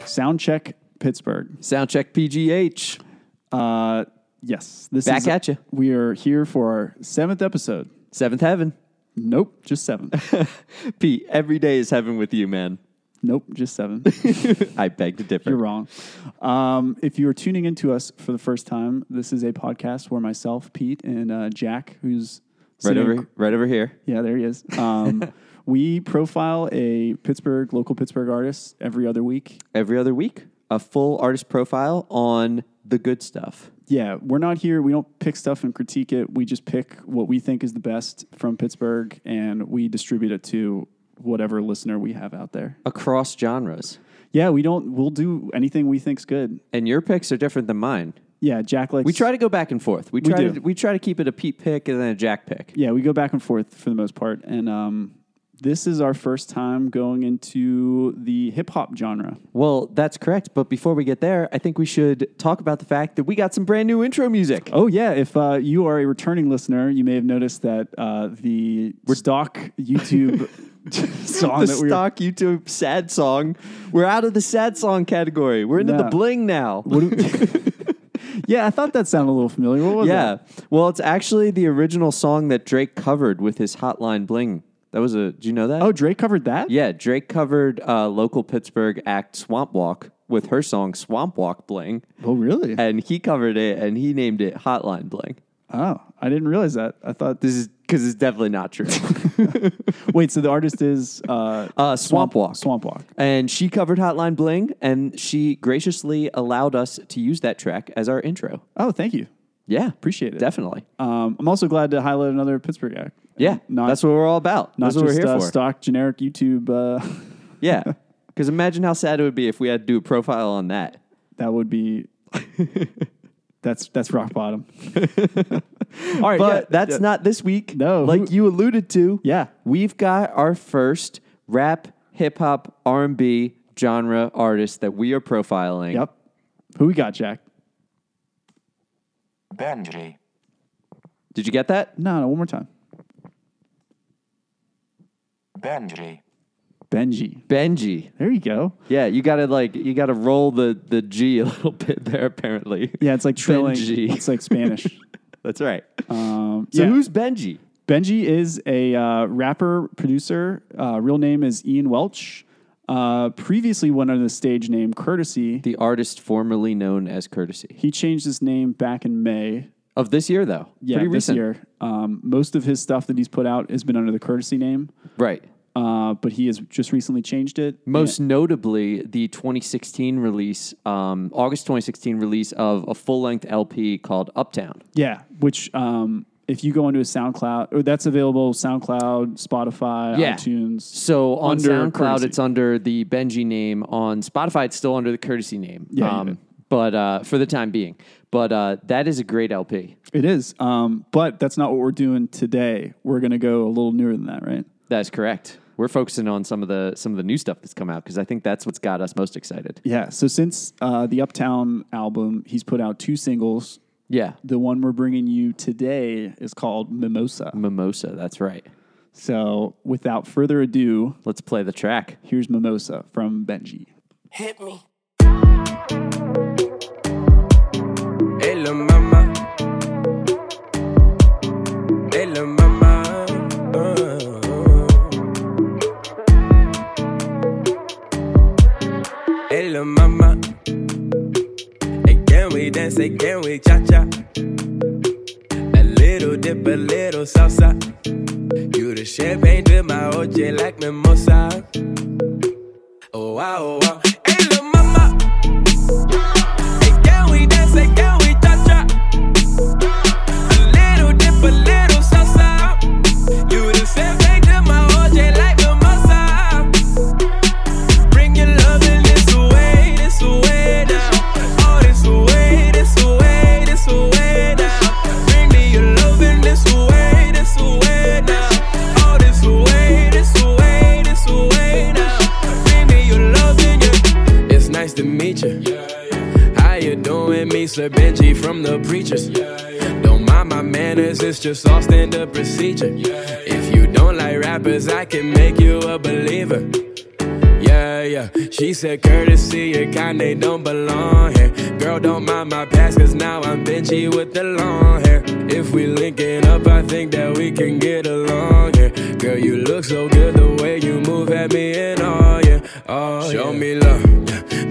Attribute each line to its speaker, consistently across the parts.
Speaker 1: Soundcheck Pittsburgh.
Speaker 2: Soundcheck PGH.
Speaker 1: Uh, yes, this
Speaker 2: Back
Speaker 1: is
Speaker 2: at ya.
Speaker 1: We are here for our seventh episode.
Speaker 2: Seventh Heaven.
Speaker 1: Nope, just seven.
Speaker 2: Pete, every day is heaven with you, man.
Speaker 1: nope, just seven.
Speaker 2: I beg to differ.
Speaker 1: You're wrong. Um, if you are tuning into us for the first time, this is a podcast where myself, Pete, and uh, Jack, who's
Speaker 2: right
Speaker 1: sitting-
Speaker 2: over, right over here.
Speaker 1: Yeah, there he is. Um, we profile a Pittsburgh local Pittsburgh artist every other week.
Speaker 2: Every other week, a full artist profile on the good stuff.
Speaker 1: Yeah, we're not here. We don't pick stuff and critique it. We just pick what we think is the best from Pittsburgh, and we distribute it to whatever listener we have out there.
Speaker 2: across genres.
Speaker 1: Yeah, we don't. We'll do anything we think's good.
Speaker 2: And your picks are different than mine.
Speaker 1: Yeah, Jack likes.
Speaker 2: We try to go back and forth. We try
Speaker 1: do.
Speaker 2: to we try to keep it a Pete pick and then a Jack pick.
Speaker 1: Yeah, we go back and forth for the most part, and um, this is our first time going into the hip hop genre.
Speaker 2: Well, that's correct. But before we get there, I think we should talk about the fact that we got some brand new intro music.
Speaker 1: Oh yeah, if uh, you are a returning listener, you may have noticed that uh, the stock YouTube song
Speaker 2: the
Speaker 1: that we were-
Speaker 2: stock YouTube sad song. We're out of the sad song category. We're into the
Speaker 1: No.
Speaker 2: bling now.
Speaker 1: What do- yeah, I thought that sounded a little familiar. What was
Speaker 2: Yeah.
Speaker 1: that?
Speaker 2: Well, it's actually the original song that Drake covered with his Hotline Bling. That was a. Do you know that?
Speaker 1: Oh, Drake covered that.
Speaker 2: Yeah, Drake covered uh, local Pittsburgh act Swamp Walk with her song Swamp Walk Bling,
Speaker 1: Oh, really?
Speaker 2: and he covered it and he named it Hotline Bling.
Speaker 1: Oh, I didn't realize that. I thought.
Speaker 2: This is because it's definitely not true.
Speaker 1: Wait, so the artist is uh,
Speaker 2: Uh, Swamp Walk.
Speaker 1: Swamp Walk.
Speaker 2: and she covered Hotline Bling, and she graciously allowed us to use that track as our intro.
Speaker 1: Oh, thank you.
Speaker 2: Yeah,
Speaker 1: Appreciate it.
Speaker 2: definitely.
Speaker 1: Um, I'm also glad to highlight another Pittsburgh act.
Speaker 2: Yeah,
Speaker 1: Not-
Speaker 2: that's what we're all about.
Speaker 1: Not
Speaker 2: That's what we're
Speaker 1: just,
Speaker 2: here
Speaker 1: uh,
Speaker 2: for.
Speaker 1: stock generic YouTube. Uh,
Speaker 2: Yeah, because imagine how sad it would be if we had to do a profile on that.
Speaker 1: that would be. that's that's rock bottom. All right,
Speaker 2: But
Speaker 1: yeah,
Speaker 2: that's
Speaker 1: yeah.
Speaker 2: not this week.
Speaker 1: No.
Speaker 2: like you alluded to.
Speaker 1: Yeah.
Speaker 2: we've got our first rap, hip hop, R and B genre artist that we are profiling.
Speaker 1: Yep. Who we got, Jack?
Speaker 3: Benji.
Speaker 2: Did you get that?
Speaker 1: No, no, one more time.
Speaker 3: Benji.
Speaker 1: Benji.
Speaker 2: Benji.
Speaker 1: There you go.
Speaker 2: Yeah, you gotta like you gotta roll the the G a little bit there. Apparently.
Speaker 1: Yeah, it's like trilling.
Speaker 2: Benji.
Speaker 1: It's like Spanish.
Speaker 2: that's right.
Speaker 1: Um,
Speaker 2: so
Speaker 1: yeah.
Speaker 2: who's Benji?
Speaker 1: Benji is a uh, rapper producer. Uh, real name is Ian Welch. Uh, previously went under the stage name Courtesy.
Speaker 2: The artist formerly known as Courtesy
Speaker 1: He changed his name back in May.
Speaker 2: of this year, though.
Speaker 1: Yeah,
Speaker 2: Pretty
Speaker 1: this
Speaker 2: recent.
Speaker 1: year. Um, most of his stuff that he's put out has been under the Courtesy name,
Speaker 2: Right.
Speaker 1: uh, but he has just recently changed it.
Speaker 2: Most notably, the 2016 release, um, August 2016 release of a full length LP called Uptown.
Speaker 1: Yeah, which um, if you go into a SoundCloud, or that's available SoundCloud, Spotify,
Speaker 2: Yeah.
Speaker 1: iTunes.
Speaker 2: So on
Speaker 1: Under
Speaker 2: SoundCloud,
Speaker 1: courtesy.
Speaker 2: it's under the Benji name. On Spotify, it's still under the courtesy name. Um,
Speaker 1: Yeah, yeah.
Speaker 2: but uh, for the time being, but uh, that is a great LP.
Speaker 1: It is, um, but that's not what we're doing today. We're going to go a little newer than that, right?
Speaker 2: That's correct. We're focusing on some of the some of the new stuff that's come out because I think that's what's got us most excited.
Speaker 1: Yeah. So since uh, the Uptown album, he's put out two singles.
Speaker 2: Yeah,
Speaker 1: The one we're bringing you today is called Mimosa.
Speaker 2: Mimosa. That's right.
Speaker 1: So without further ado,
Speaker 2: Let's play the track.
Speaker 1: here's Mimosa from Benji.
Speaker 4: Hit me. Hello, mama. Hello, mama. Uh-huh. Hello, mama. Hey, can we dance? Hey, can we cha cha? A little dip, a little salsa. You the champagne to my OJ like mimosa. Oh wow, oh wow. Hey, little mama. Hey, can we dance? Hey, can we cha cha? A little dip, a little salsa. You the same thing to my OJ like mimosa. Bring your love in this way, this way now. Oh, this way, this way, this way now. Bring me your love in this way, this way now. Oh, this way, this way, this way now. Bring me your love in your. It's nice to meet you. How you doing, Mr. Benji from the preachers? Don't mind my manners, it's just all standard procedure. If you don't like rappers, I can make you a believer. Yeah, yeah. She said, courtesy, your kind, they don't belong here. Girl, don't mind my past, cause now I'm Benji with the long hair. If we linking up, I think that we can get along, yeah. Girl, you look so good the way you move at me and all, yeah. Oh, Show me love,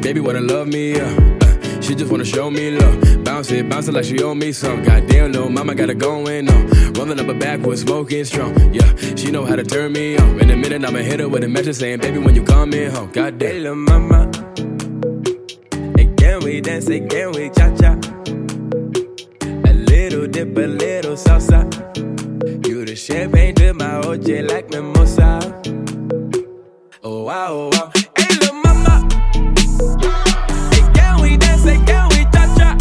Speaker 4: baby, wanna love me, yeah. Uh, She just wanna show me love. Bounce it, bounce it like she owe me some. Goddamn, no, mama got it going on. Rolling up her backwards, smoking strong. Yeah, she know how to turn me on. In a minute, I'ma hit her with a message saying, baby, when you coming home. Goddamn. Hey, lil' mama. Again, we dance, again, we cha cha. A little dip, a little salsa. You the champagne to my OJ like mimosa. Oh, wow, oh, wow. Hey, lil' mama. Again we dance, again we cha-cha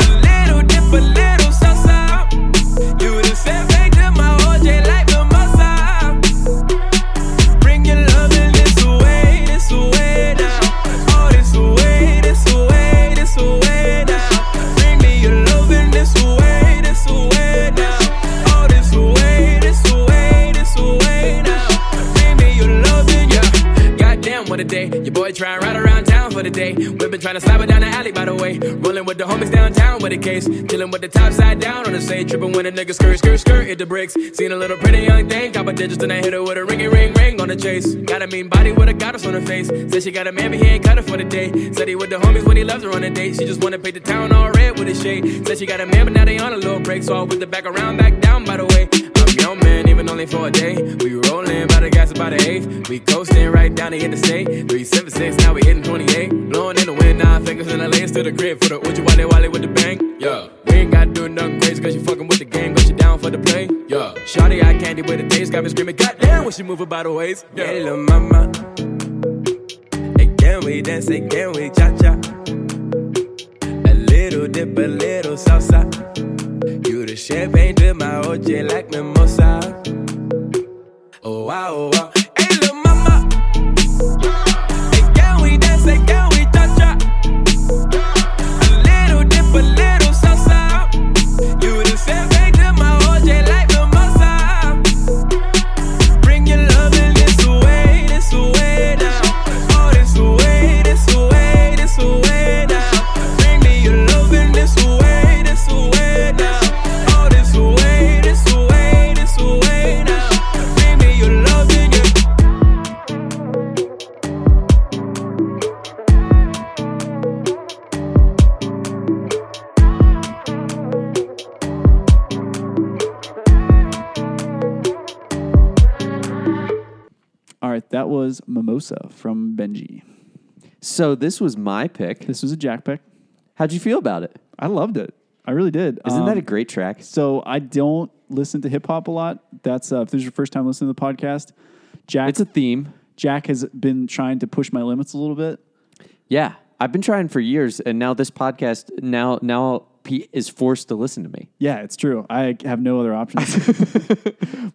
Speaker 4: A little dip, a little salsa You the champagne to my OJ like mimosa Bring your love and this away, this away now Oh, this away, this away, this away now Bring me your love and this away, this away now Oh, this away, this away, this away now Bring me your love and yeah Goddamn, what a day Your boy tryin' right around town for the day We've been tryna slide her down the alley, by the way Rollin' with the homies downtown with a case Chillin' with the top side down on the stage Trippin' when a nigga skirt, skirt, skirt hit the bricks Seen a little pretty young thing, cop a digits And I hit her with a ringy ring, ring on the chase Got a mean body with a goddess on her face Said she got a man, but he ain't cut her for the day Said he with the homies when he loves her on a date She just wanna paint the town all red with a shade Said she got a man, but now they on a little break So I whipped the back around, back down, by the way I'm young man, even only for a day. We rolling by the gas about the eighth. We coasting right down the interstate. Three seven six, now we hitting twenty eight. Blowing in the wind, nine fingers in the lanes to the grid for the Uchi Wale Wale with the bang. Yeah, we ain't gotta do nothing crazy cause you fucking with the game, but you down for the play. Yeah, Shawty eye candy with the taste got me screaming. Goddamn, when she move about the waist. Yeah, hey, lil' mama. Again we dance, again we cha cha. A little dip, a little salsa. You the champagne to my OJ like mimosa. Oh wow, oh wow. Hey, lil' mama. Again we dance, again we cha-cha. A little dip, a little salsa. You the champagne to my OJ like mimosa. Bring your love and this away, this away now. Oh, this away, this away, this away now. Bring me your love and this away, this away now. Oh, this away, this away, this away now. Bring me your love and your.
Speaker 1: All right, that was Mimosa from Benji.
Speaker 2: So this was my pick.
Speaker 1: This was a jack pick.
Speaker 2: How'd you feel about it?
Speaker 1: I loved it. I really did.
Speaker 2: Isn't that
Speaker 1: Um,
Speaker 2: a great track?
Speaker 1: So I don't listen to hip hop a lot. That's uh, if this is your first time listening to the podcast, Jack.
Speaker 2: It's a theme.
Speaker 1: Jack has been trying to push my limits a little bit.
Speaker 2: Yeah, I've been trying for years, and now this podcast now now Pete is forced to listen to me.
Speaker 1: Yeah, it's true. I have no other options.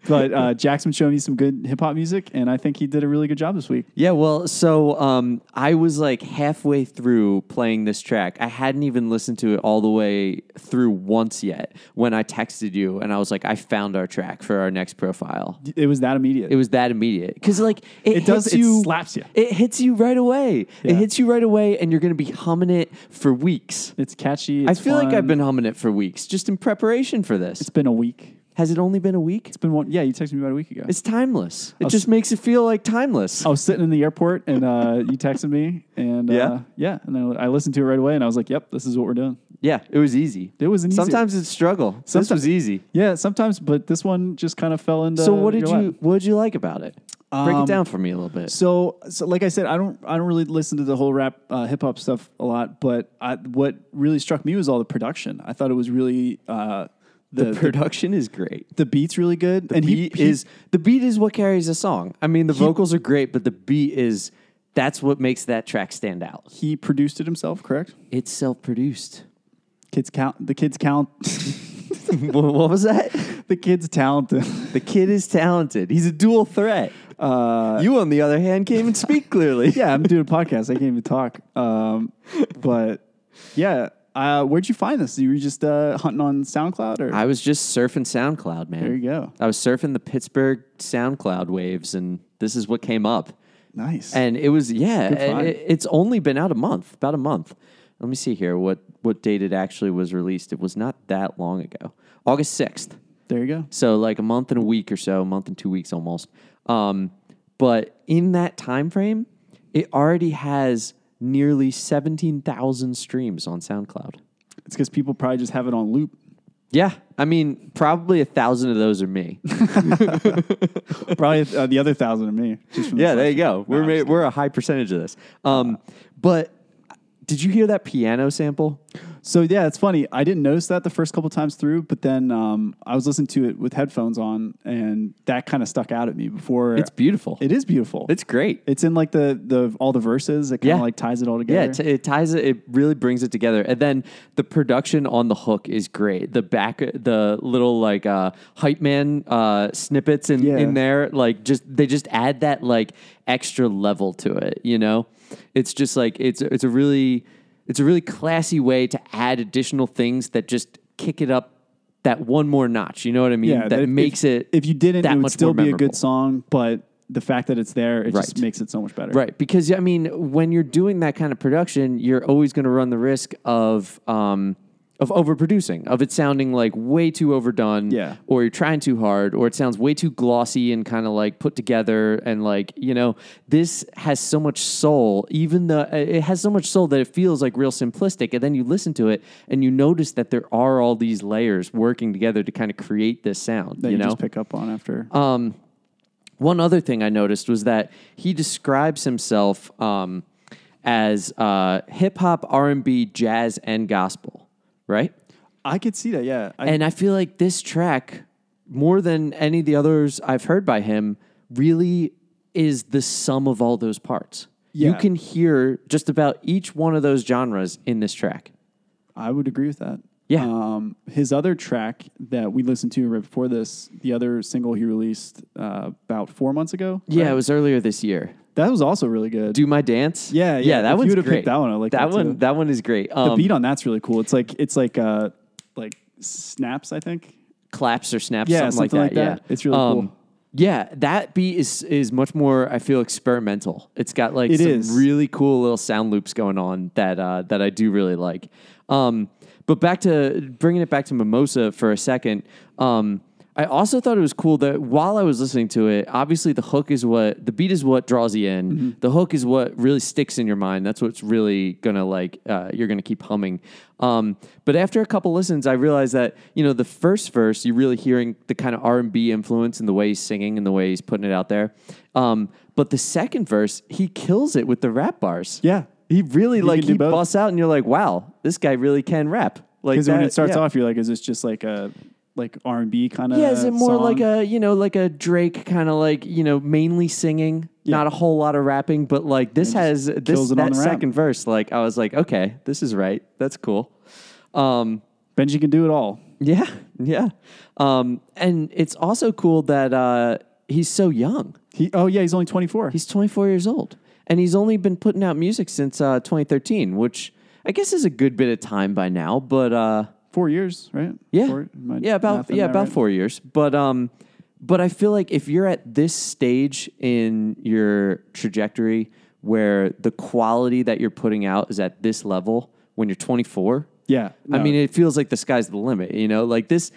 Speaker 1: but uh, Jack's been showing me some good hip hop music, and I think he did a really good job this week.
Speaker 2: Yeah, well, so um, I was like halfway through playing this track. I hadn't even listened to it all the way through once yet when I texted you, and I was like, I found our track for our next profile.
Speaker 1: It was that immediate.
Speaker 2: It was that immediate because like it,
Speaker 1: It does-
Speaker 2: hits
Speaker 1: it
Speaker 2: you,
Speaker 1: slaps you.
Speaker 2: It hits you right away.
Speaker 1: Yeah.
Speaker 2: It hits you right away, and you're gonna be humming it for weeks.
Speaker 1: it's catchy.
Speaker 2: I
Speaker 1: it's
Speaker 2: feel like
Speaker 1: fun.
Speaker 2: I've been humming it for weeks, just in preparation for this.
Speaker 1: It's been a week.
Speaker 2: Has it only been a week?
Speaker 1: It's been one. Yeah, you texted me about a week ago.
Speaker 2: It's timeless. It just makes it feel like timeless.
Speaker 1: I was sitting in the airport, and uh, you texted me, and
Speaker 2: Yeah?
Speaker 1: uh, yeah, and I I listened to it right away, and I was like, "Yep, this is what we're doing."
Speaker 2: Yeah, it was easy.
Speaker 1: It was an easy-
Speaker 2: Sometimes Uh, it's struggle. this
Speaker 1: Someti-
Speaker 2: was easy.
Speaker 1: Yeah, sometimes, but this one just kind of fell into.
Speaker 2: So what did
Speaker 1: your lap.
Speaker 2: you what did you like about it? Break
Speaker 1: Um,
Speaker 2: it down for me a little bit.
Speaker 1: So, so like I said, I don't, I don't really listen to the whole rap, uh, hip hop stuff a lot. But I, what really struck me was all the production. I thought it was really uh, the, the,
Speaker 2: Production is great.
Speaker 1: the beats really good, and he-
Speaker 2: beat
Speaker 1: he,
Speaker 2: is the beat is what carries a song. I mean, the vocals are great, but the beat is that's what makes that track stand out.
Speaker 1: he produced it himself, correct?
Speaker 2: It's self produced.
Speaker 1: Kids count the kids count
Speaker 2: what was that?
Speaker 1: the kids talented.
Speaker 2: The kid is talented. He's a dual threat. you, on the other hand, can't even speak clearly.
Speaker 1: Uh, yeah, I'm doing a podcast. I can't even talk. Um, but yeah, uh, where'd you find this? You were just uh, hunting on SoundCloud, or
Speaker 2: I was just surfing SoundCloud, man.
Speaker 1: there you go.
Speaker 2: I was surfing the Pittsburgh SoundCloud waves, and this is what came up.
Speaker 1: Nice.
Speaker 2: and it was yeah
Speaker 1: Good find.
Speaker 2: it, it's only been out a month about a month let me see here what what date it actually was released it was not that long ago august 6th
Speaker 1: there you go.
Speaker 2: so like a month and a week or so a month and two weeks almost um, but in that time frame it already has nearly 17000 streams on soundcloud
Speaker 1: It's because people probably just have it on loop.
Speaker 2: yeah i mean probably a thousand of those are me
Speaker 1: Probably uh, the other thousand of me. Just from the
Speaker 2: yeah, there you
Speaker 1: collection.
Speaker 2: go. We're ma- we're a high percentage of this. Um, but did you hear that piano sample?
Speaker 1: So yeah, it's funny. I didn't notice that the first couple times through, but then um, I was listening to it with headphones on, and that kind of stuck out at me before.
Speaker 2: It's beautiful.
Speaker 1: It is beautiful.
Speaker 2: It's great.
Speaker 1: It's in like the the all the verses. It kind of
Speaker 2: Yeah.
Speaker 1: like ties it all together.
Speaker 2: yeah, it, it ties it. It really brings it together, and then the production on the hook is great. The back, the little like uh, hype man uh, snippets in,
Speaker 1: Yeah.
Speaker 2: in there, like just they just add that like extra level to it. You know, it's just like it's it's a really it's a really classy way to add additional things that just kick it up that one more notch. You know what I mean?
Speaker 1: yeah.
Speaker 2: that,
Speaker 1: if-
Speaker 2: makes
Speaker 1: if,
Speaker 2: it
Speaker 1: If you didn't,
Speaker 2: that
Speaker 1: it would
Speaker 2: much
Speaker 1: still
Speaker 2: more
Speaker 1: be a
Speaker 2: memorable.
Speaker 1: good song, but the fact that it's there, it just
Speaker 2: Right.
Speaker 1: makes it so much better.
Speaker 2: Right, because I mean, when you're doing that kind of production, you're always going to run the risk of um, of overproducing, of it sounding like way too overdone,
Speaker 1: Yeah.
Speaker 2: or you're trying too hard, or it sounds way too glossy and kind of like put together, and like you know, this has so much soul. Even though uh, it has so much soul that it feels like real simplistic, and then you listen to it and you notice that there are all these layers working together to kind of create this sound.
Speaker 1: That you,
Speaker 2: you know, Uh,
Speaker 1: just pick up on after.
Speaker 2: one other thing I noticed was that he describes himself um, as uh, hip hop, R and B, jazz, and gospel, right?
Speaker 1: I could see that. Yeah. I,
Speaker 2: And I feel like this track, more than any of the others I've heard by him, really is the sum of all those parts. You
Speaker 1: Yeah.
Speaker 2: can hear just about each one of those genres in this track.
Speaker 1: I would agree with that.
Speaker 2: Yeah.
Speaker 1: Um, his other track that we listened to right before this, the other single he released uh, about four months ago.
Speaker 2: Yeah, it was earlier this year.
Speaker 1: That was also really good.
Speaker 2: Do my dance?
Speaker 1: Yeah, yeah.
Speaker 2: yeah. That
Speaker 1: If you
Speaker 2: one's
Speaker 1: would've
Speaker 2: great.
Speaker 1: picked that one, I like that
Speaker 2: one.
Speaker 1: too.
Speaker 2: That one is great. Um,
Speaker 1: the beat on that's really cool. It's like it's like uh like snaps, I think.
Speaker 2: claps or snaps,
Speaker 1: Yeah,
Speaker 2: something,
Speaker 1: something like
Speaker 2: like that.
Speaker 1: that.
Speaker 2: Yeah, Um,
Speaker 1: It's really cool.
Speaker 2: Yeah, that beat is is much more. I feel experimental. It's got like
Speaker 1: It
Speaker 2: some
Speaker 1: is.
Speaker 2: really cool little sound loops going on that uh, that I do really like. Um, but back to bringing it back to Mimosa for a second. Um, I also thought it was cool that while I was listening to it, obviously the hook is what the beat is what draws you in. The hook is what really sticks in your mind. That's what's really gonna like uh, you're gonna keep humming. Um, but after a couple listens, I realized that you know the first verse you're really hearing the kind of R and B influence and the way he's singing and the way he's putting it out there. Um, but the second verse, he kills it with the rap bars.
Speaker 1: Yeah.
Speaker 2: he really
Speaker 1: can
Speaker 2: like
Speaker 1: do
Speaker 2: he
Speaker 1: both.
Speaker 2: busts out and you're like, wow, this guy really can rap. Like
Speaker 1: Because when
Speaker 2: that-
Speaker 1: it starts
Speaker 2: yeah.
Speaker 1: off, you're like, is this just like a like R and B kind of?
Speaker 2: Yeah, is it more like a you know like a Drake kind of like you know mainly singing, not a whole lot of rapping, but like this has this
Speaker 1: kills it on
Speaker 2: that
Speaker 1: the rap.
Speaker 2: second verse. Like I was like, okay, this is right. That's cool. Um,
Speaker 1: Benji can do it all.
Speaker 2: yeah, yeah, um, and it's also cool that uh, he's so young.
Speaker 1: He oh yeah, he's only 24.
Speaker 2: He's 24 years old, and he's only been putting out music since uh, 2013, which I guess is a good bit of time by now. But uh,
Speaker 1: four years, right?
Speaker 2: yeah,
Speaker 1: Four- am I
Speaker 2: yeah, about
Speaker 1: mathing
Speaker 2: yeah
Speaker 1: that
Speaker 2: about
Speaker 1: right?
Speaker 2: four years. But um, but I feel like if you're at this stage in your trajectory where the quality that you're putting out is at this level when you're 24,
Speaker 1: Yeah,
Speaker 2: I
Speaker 1: no,
Speaker 2: mean it feels like the sky's the limit. You know, like this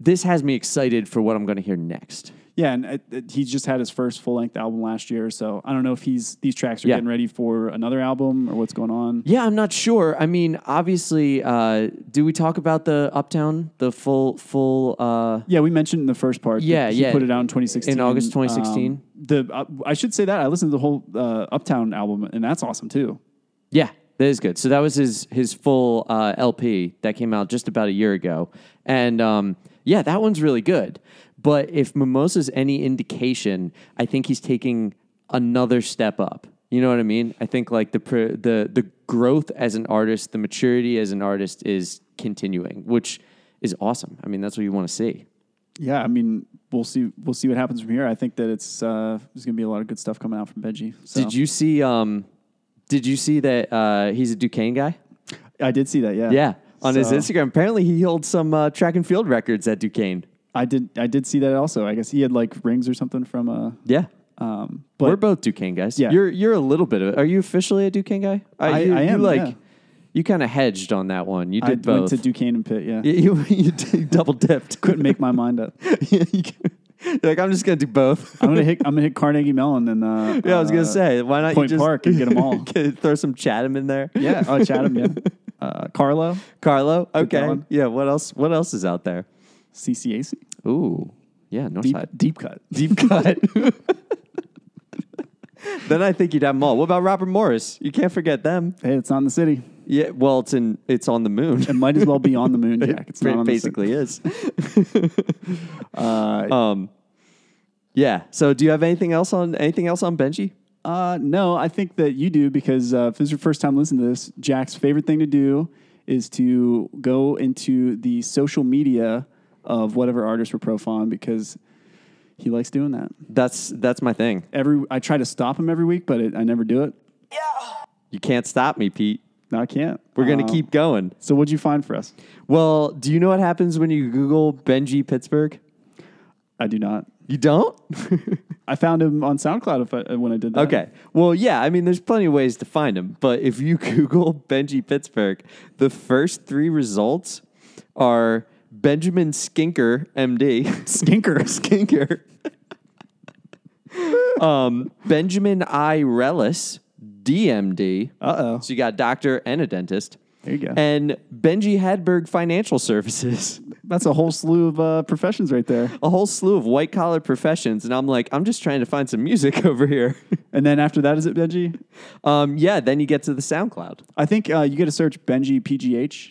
Speaker 2: this has me excited for what I'm going to hear next.
Speaker 1: Yeah, and it, it- he just had his first full length album last year, so I don't know if he's these tracks are
Speaker 2: Yeah.
Speaker 1: getting ready for another album or what's going on.
Speaker 2: Yeah, I'm not sure. I mean, obviously, uh, do we talk about the Uptown, the full full? Uh,
Speaker 1: Yeah, we mentioned in the first part. that
Speaker 2: Yeah,
Speaker 1: he
Speaker 2: yeah.
Speaker 1: put it out in 2016.
Speaker 2: In August
Speaker 1: Um,
Speaker 2: 2016.
Speaker 1: the uh, I should say that I listened to the whole uh, Uptown album, and that's awesome too.
Speaker 2: yeah, that is good. So that was his his full uh, LP that came out just about a year ago, and um, yeah, that one's really good. But if Mimosa's any indication, I think he's taking another step up. You know what I mean? I think like the pr- the the growth as an artist, the maturity as an artist is continuing, which is awesome. I mean, that's what you want to see.
Speaker 1: Yeah, I mean, we'll see. We'll see what happens from here. I think that it's uh, there's going to be a lot of good stuff coming out from Benji. So.
Speaker 2: Did you see? Um, did you see that uh, he's a Duquesne guy?
Speaker 1: I did see that. Yeah.
Speaker 2: Yeah, on his
Speaker 1: So,
Speaker 2: Instagram. Apparently, he holds some uh, track and field records at Duquesne.
Speaker 1: I did. I did see that also. I guess he had like rings or something from a.
Speaker 2: Yeah,
Speaker 1: Um,
Speaker 2: We're
Speaker 1: but
Speaker 2: both Duquesne guys.
Speaker 1: Yeah.
Speaker 2: You're you're a little bit of. Are you officially a Duquesne guy? Uh,
Speaker 1: I-
Speaker 2: you,
Speaker 1: I
Speaker 2: You
Speaker 1: am,
Speaker 2: like,
Speaker 1: yeah.
Speaker 2: you kind of hedged on that one. You did
Speaker 1: I
Speaker 2: both.
Speaker 1: went to Duquesne and Pitt. Yeah,
Speaker 2: you you, you did- double dipped.
Speaker 1: couldn't make my mind up.
Speaker 2: Yeah, you can- you're like I'm just gonna do both.
Speaker 1: I'm gonna hit. I'm gonna hit Carnegie Mellon and uh,
Speaker 2: yeah, I was
Speaker 1: uh,
Speaker 2: gonna say why not you
Speaker 1: Point
Speaker 2: just
Speaker 1: Park and get 'em all.
Speaker 2: get- throw some Chatham in there.
Speaker 1: Yeah, oh Chatham. Yeah, uh, Carlo,
Speaker 2: Carlo. Okay.
Speaker 1: one.
Speaker 2: Yeah. What else? What else is out there?
Speaker 1: CCAC,
Speaker 2: Ooh. Yeah.
Speaker 1: deep,
Speaker 2: Northside.
Speaker 1: deep cut.
Speaker 2: Deep cut. then I think you'd have them all. What about Robert Morris? You can't forget them.
Speaker 1: Hey, it's not in the city.
Speaker 2: Yeah. Well, it's in. It's on the moon.
Speaker 1: It might as well be on the moon, Jack. It's not
Speaker 2: it
Speaker 1: on
Speaker 2: basically is.
Speaker 1: The city. Uh,
Speaker 2: Um, yeah. So, do you have anything else on anything else on Benji?
Speaker 1: uh, no, I think that you do because uh, if this is your first time listening to this, Jack's favorite thing to do is to go into the social media of whatever artist we're profiling because he likes doing that.
Speaker 2: That's that's my thing.
Speaker 1: Every I try to stop him every week, but it, I never do it.
Speaker 2: You can't stop me, Pete.
Speaker 1: No, I can't.
Speaker 2: We're gonna
Speaker 1: Uh,
Speaker 2: keep going.
Speaker 1: So, what'd you find for us?
Speaker 2: Well, do you know what happens when you Google Benji Pittsburgh?
Speaker 1: I do not.
Speaker 2: You don't?
Speaker 1: I found him on SoundCloud if I, uh, when I did that.
Speaker 2: okay. Well, yeah, I mean, there's plenty of ways to find him, but if you Google Benji Pittsburgh, the first three results are Benjamin Skinker, MD.
Speaker 1: Skinker.
Speaker 2: Skinker. um, Benjamin I. Rellis, DMD.
Speaker 1: Uh oh.
Speaker 2: So you got a doctor and a dentist.
Speaker 1: There you go.
Speaker 2: And Benji Hadberg Financial Services.
Speaker 1: That's a whole slew of uh, professions right there.
Speaker 2: a whole slew of white collar professions. And I'm like, I'm just trying to find some music over here.
Speaker 1: And then after that, is it Benji?
Speaker 2: um, yeah, then you get to the SoundCloud
Speaker 1: I think uh, you got to search Benji PGH.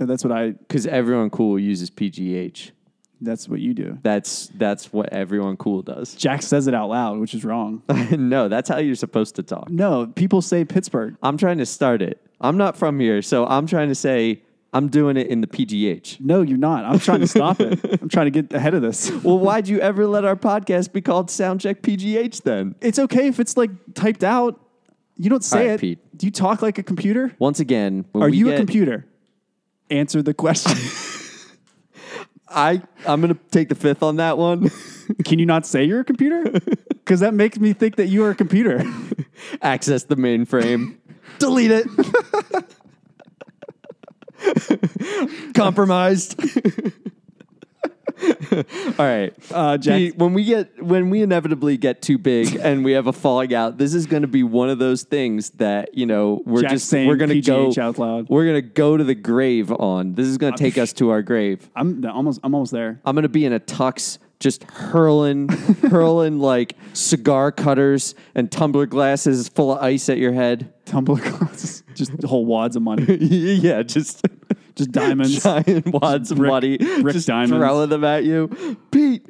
Speaker 1: Uh, That's what I.
Speaker 2: because everyone cool uses PGH.
Speaker 1: That's what you do.
Speaker 2: That's that's what everyone cool does.
Speaker 1: Jack says it out loud, which is wrong.
Speaker 2: no, that's how you're supposed to talk.
Speaker 1: no, people say Pittsburgh.
Speaker 2: I'm trying to start it. I'm not from here, so I'm trying to say I'm doing it in the PGH.
Speaker 1: No, you're not. I'm trying to stop it. I'm trying to get ahead of this.
Speaker 2: Well, why'd you ever let our podcast be called Soundcheck PGH then?
Speaker 1: It's okay if it's like typed out. You don't say
Speaker 2: All right,
Speaker 1: it.
Speaker 2: Pete.
Speaker 1: Do you talk like a computer?
Speaker 2: Once again, when
Speaker 1: Are
Speaker 2: we
Speaker 1: you a
Speaker 2: get-
Speaker 1: computer? Answer the question.
Speaker 2: I I'm gonna take the fifth on that one.
Speaker 1: Can you not say you're a computer? Because that makes me think that you are a computer.
Speaker 2: access the mainframe, delete it. Compromised. All right,
Speaker 1: Uh, Jack,
Speaker 2: Pete, when we get when we inevitably get too big and we have a falling out, this is going to be one of those things that you know we're
Speaker 1: Jack's
Speaker 2: just
Speaker 1: saying
Speaker 2: we're going to go
Speaker 1: PGH out loud.
Speaker 2: We're going to go to the grave on. This is going to take us to our grave.
Speaker 1: I'm almost. I'm almost there.
Speaker 2: I'm gonna be in a tux, just hurling, hurling like cigar cutters and tumbler glasses full of ice at your head.
Speaker 1: Tumblr costs just whole wads of money,
Speaker 2: yeah, just
Speaker 1: just diamonds.
Speaker 2: giant wads of
Speaker 1: brick-
Speaker 2: money,
Speaker 1: brick
Speaker 2: just
Speaker 1: diamonds.
Speaker 2: throwing them at you. Pete,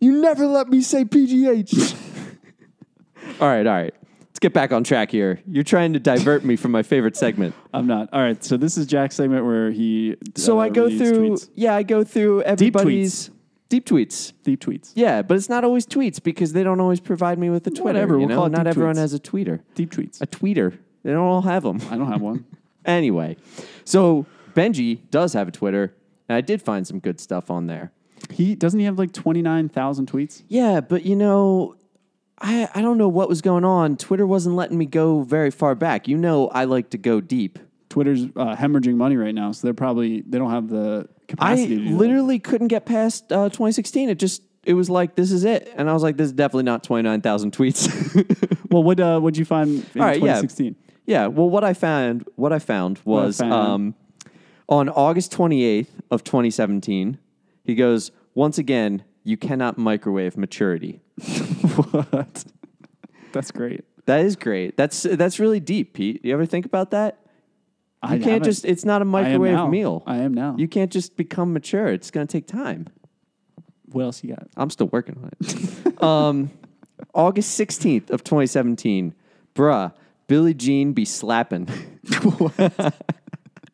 Speaker 2: you never let me say PGH. all right, all right. Let's get back on track here. You're trying to divert me from my favorite segment.
Speaker 1: I'm not. All right. So this is Jack's segment where he.
Speaker 2: So
Speaker 1: uh,
Speaker 2: I go
Speaker 1: reads
Speaker 2: through,
Speaker 1: tweets.
Speaker 2: yeah, I go through everybody's deep tweets.
Speaker 1: deep tweets.
Speaker 2: Yeah, but it's not always tweets because they don't always provide me with a Twitter.
Speaker 1: Whatever,
Speaker 2: you
Speaker 1: we'll
Speaker 2: know?
Speaker 1: call it
Speaker 2: not
Speaker 1: deep
Speaker 2: everyone
Speaker 1: tweets.
Speaker 2: has a tweeter.
Speaker 1: Deep tweets.
Speaker 2: A tweeter. They don't all have them.
Speaker 1: I don't have one.
Speaker 2: anyway, so Benji does have a Twitter, and I did find some good stuff on there.
Speaker 1: He doesn't he have like 29,000 tweets?
Speaker 2: Yeah, but you know, I I don't know what was going on. Twitter wasn't letting me go very far back. You know, I like to go deep.
Speaker 1: Twitter's uh, hemorrhaging money right now, so they're probably they don't have the
Speaker 2: I
Speaker 1: capacity. to do that.
Speaker 2: literally couldn't get past uh, 2016. It just it was like this is it, and I was like, this is definitely not 29,000 tweets.
Speaker 1: Well, what uh, what'd you find in
Speaker 2: All right, yeah.
Speaker 1: 2016?
Speaker 2: Yeah. Well, what I found, what I found was
Speaker 1: found.
Speaker 2: Um, on August 28th of 2017, he goes, once again, you cannot microwave maturity.
Speaker 1: What? That's great.
Speaker 2: That is great. That's that's really deep, Pete. You ever think about that?
Speaker 1: I
Speaker 2: You can't
Speaker 1: haven't-
Speaker 2: just. It's not
Speaker 1: I
Speaker 2: a
Speaker 1: am now.
Speaker 2: microwave meal.
Speaker 1: I am now.
Speaker 2: You can't just become mature. It's going to take time.
Speaker 1: what else you got?
Speaker 2: I'm still working on it. um, August 16th of 2017, bruh, Billie Jean be slapping.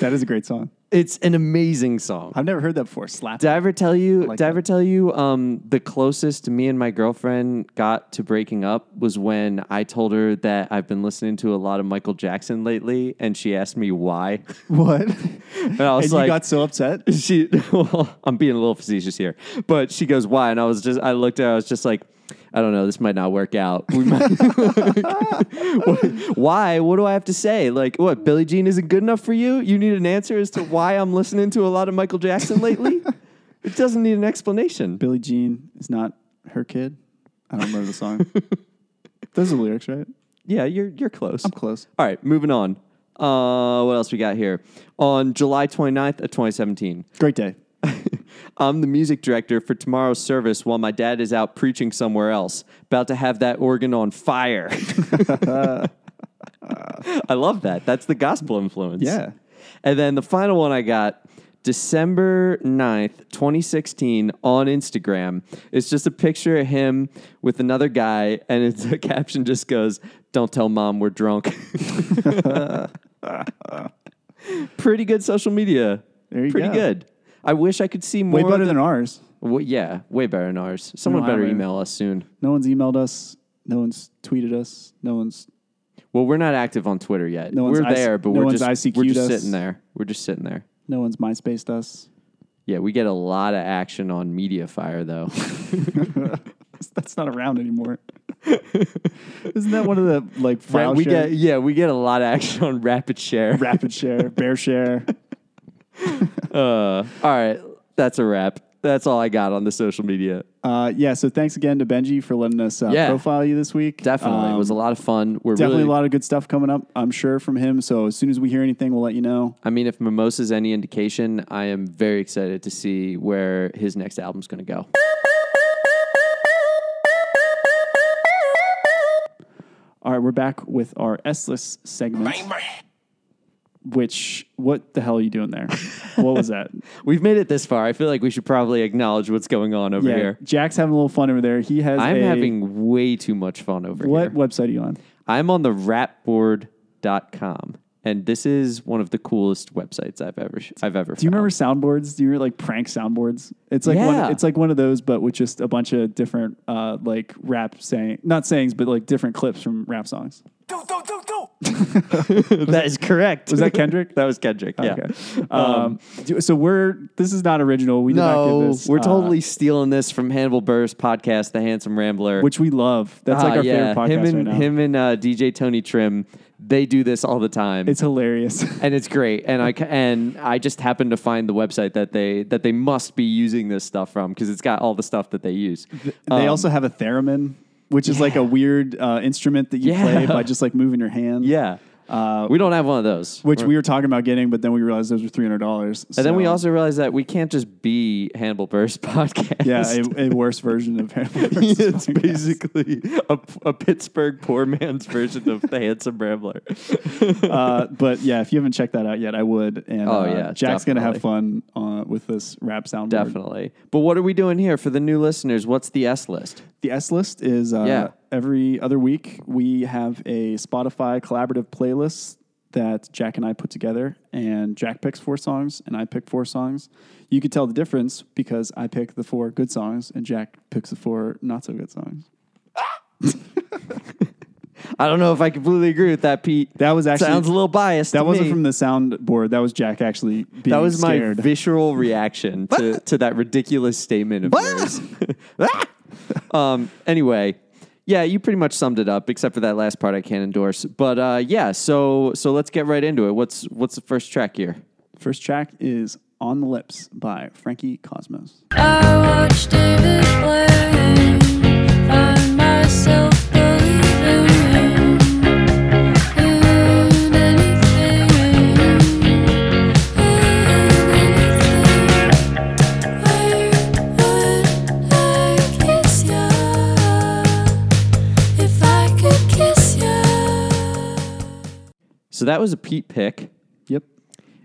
Speaker 1: That is a great song.
Speaker 2: it's an amazing song.
Speaker 1: I've never heard that before. Slap.
Speaker 2: Did I ever tell you? did I
Speaker 1: that.
Speaker 2: ever tell you? Um, the closest me and my girlfriend got to breaking up was when I told her that I've been listening to a lot of Michael Jackson lately, and she asked me why,
Speaker 1: what?
Speaker 2: and I was
Speaker 1: and
Speaker 2: like,
Speaker 1: you got so upset.
Speaker 2: she. Well, I'm being a little facetious here, but she goes why, and I was just, I looked at, her, I was just like. I don't know. This might not work out. We might- What- why? What do I have to say? Like, what? Billie Jean isn't good enough for you? You need an answer as to why I'm listening to a lot of Michael Jackson lately? it doesn't need an explanation.
Speaker 1: Billie Jean is not her kid. I don't remember the song. Those are the lyrics, right?
Speaker 2: Yeah, you're you're close.
Speaker 1: I'm close.
Speaker 2: All right, moving on. Uh, what else we got here? On July 29th of 2017,
Speaker 1: Great day.
Speaker 2: I'm the music director for tomorrow's service while my dad is out preaching somewhere else, about to have that organ on fire. I love that. That's the gospel influence.
Speaker 1: Yeah.
Speaker 2: And then the final one I got December 9th, 2016 on Instagram. It's just a picture of him with another guy and it's a caption just goes, "Don't tell mom we're drunk." Pretty good social media.
Speaker 1: There you
Speaker 2: Pretty
Speaker 1: go.
Speaker 2: good. I wish I could see more
Speaker 1: Way
Speaker 2: of
Speaker 1: better
Speaker 2: the-
Speaker 1: than ours.
Speaker 2: well, yeah, way better than ours. Someone
Speaker 1: No, I
Speaker 2: better
Speaker 1: don't.
Speaker 2: email us soon.
Speaker 1: No one's emailed us. No one's tweeted us. No one's.
Speaker 2: Well, we're not active on Twitter yet.
Speaker 1: No one's
Speaker 2: we're
Speaker 1: IC
Speaker 2: there, but
Speaker 1: no
Speaker 2: we're
Speaker 1: one's
Speaker 2: just we're
Speaker 1: ICQ'd
Speaker 2: just
Speaker 1: us.
Speaker 2: sitting there. We're just sitting there.
Speaker 1: No one's MySpaced us.
Speaker 2: Yeah, we get a lot of action on Media Fire though.
Speaker 1: That's not around anymore. Isn't that one of the like file
Speaker 2: we
Speaker 1: share,
Speaker 2: get yeah, we get a lot of action on Rapid Share.
Speaker 1: rapid share, bear share?
Speaker 2: Uh, all right, that's a wrap. That's all I got on the social media.
Speaker 1: Uh, yeah. So thanks again to Benji for letting us uh,
Speaker 2: Yeah.
Speaker 1: profile you this week.
Speaker 2: Definitely, it
Speaker 1: Um,
Speaker 2: was a lot of fun. We're
Speaker 1: definitely
Speaker 2: really,
Speaker 1: a lot of good stuff coming up. I'm sure from him. So as soon as we hear anything, we'll let you know.
Speaker 2: I mean, if Mimosa's any indication, I am very excited to see where his next album's going to go.
Speaker 1: All right, we're back with our S list segment. Which what the hell are you doing there? what was that?
Speaker 2: We've made it this far. I feel like we should probably acknowledge what's going on over here.
Speaker 1: Jack's having a little fun over there. He has.
Speaker 2: I'm
Speaker 1: a-
Speaker 2: having way too much fun over
Speaker 1: What
Speaker 2: here.
Speaker 1: website are you on?
Speaker 2: I'm on the rapboard.com and this is one of the coolest websites I've ever I've ever
Speaker 1: Do you remember soundboards? Do you remember like prank soundboards? It's like
Speaker 2: Yeah.
Speaker 1: one, it's like one of those, but with just a bunch of different uh, like rap saying not sayings, but like different clips from rap songs.
Speaker 3: Do, do, do, do.
Speaker 2: that is correct.
Speaker 1: Was that Kendrick?
Speaker 2: that was Kendrick. Yeah.
Speaker 1: Okay. Um, do- so we're this is not original. We did not
Speaker 2: No,
Speaker 1: give this.
Speaker 2: we're
Speaker 1: uh,
Speaker 2: totally stealing this from Hannibal Burr's podcast, The Handsome Rambler.
Speaker 1: which we love. That's like
Speaker 2: Ah,
Speaker 1: our
Speaker 2: yeah.
Speaker 1: favorite podcast
Speaker 2: him and
Speaker 1: right now.
Speaker 2: him and uh, DJ Tony Trim, they do this all the time.
Speaker 1: It's hilarious.
Speaker 2: and it's great. And I ca- and I just happened to find the website that they that they must be using this stuff from because it's got all the stuff that they use. Um,
Speaker 1: They also have a theremin, which is like a weird uh, instrument that you
Speaker 2: Yeah.
Speaker 1: play by just like moving your hand.
Speaker 2: Yeah,
Speaker 1: Uh,
Speaker 2: we don't have one of those.
Speaker 1: which we were talking about getting, but then we realized those were three hundred dollars.
Speaker 2: and then we also realized that we can't just be Hannibal Burr's podcast.
Speaker 1: yeah, a, a worse version of Hannibal.
Speaker 2: it's basically a, a Pittsburgh poor man's version of the handsome rambler.
Speaker 1: uh, but yeah, if you haven't checked that out yet, I would. And
Speaker 2: Oh,
Speaker 1: uh,
Speaker 2: yeah,
Speaker 1: Jack's gonna have fun uh, with this rap soundboard.
Speaker 2: Definitely. But what are we doing here for the new listeners? What's the S list?
Speaker 1: The S list is uh,
Speaker 2: Yeah.
Speaker 1: every other week we have a Spotify collaborative playlist that Jack and I put together, and Jack picks four songs and I pick four songs. You could tell the difference because I pick the four good songs and Jack picks the four not so good songs.
Speaker 2: I don't know if I completely agree with that, Pete.
Speaker 1: That was actually
Speaker 2: sounds a little biased.
Speaker 1: that
Speaker 2: to
Speaker 1: wasn't
Speaker 2: me.
Speaker 1: from the soundboard. That was Jack actually being
Speaker 2: That was
Speaker 1: scared.
Speaker 2: my visceral reaction to, to that ridiculous statement of yours. um, anyway, yeah, you pretty much summed it up, except for that last part I can't endorse. But uh, yeah, so so let's get right into it. What's what's the first track here?
Speaker 1: First track is "On the Lips" by Frankie Cosmos.
Speaker 5: I watch David playing, find myself believing in anything, Where would I kiss ya if I could kiss ya?
Speaker 2: So that was a Pete pick,
Speaker 1: Yep.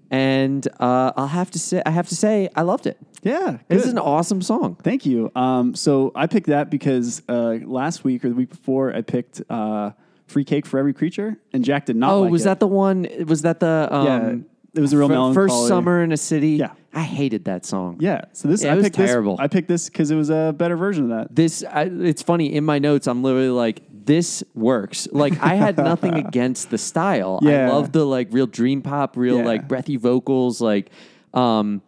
Speaker 2: and uh, I'll have to say I have to say I loved it.
Speaker 1: Yeah.
Speaker 2: This is an awesome song.
Speaker 1: Thank you. Um, so I picked that because uh, last week or the week before, I picked uh, "Free Cake for Every Creature," and Jack did not.
Speaker 2: Oh,
Speaker 1: like
Speaker 2: was
Speaker 1: it.
Speaker 2: that the one? Was that the um,
Speaker 1: Yeah, it was a real
Speaker 2: fir- first
Speaker 1: melancholy-
Speaker 2: summer in a city?
Speaker 1: Yeah.
Speaker 2: I hated that song.
Speaker 1: Yeah. So this
Speaker 2: Yeah,
Speaker 1: I
Speaker 2: it was
Speaker 1: picked this-
Speaker 2: terrible.
Speaker 1: I picked this because it was a better version of that.
Speaker 2: this I, it's funny in my notes i'm literally like this works like i had nothing against the style i
Speaker 1: Yeah.
Speaker 2: love the like real dream pop real
Speaker 1: Yeah.
Speaker 2: like breathy vocals like um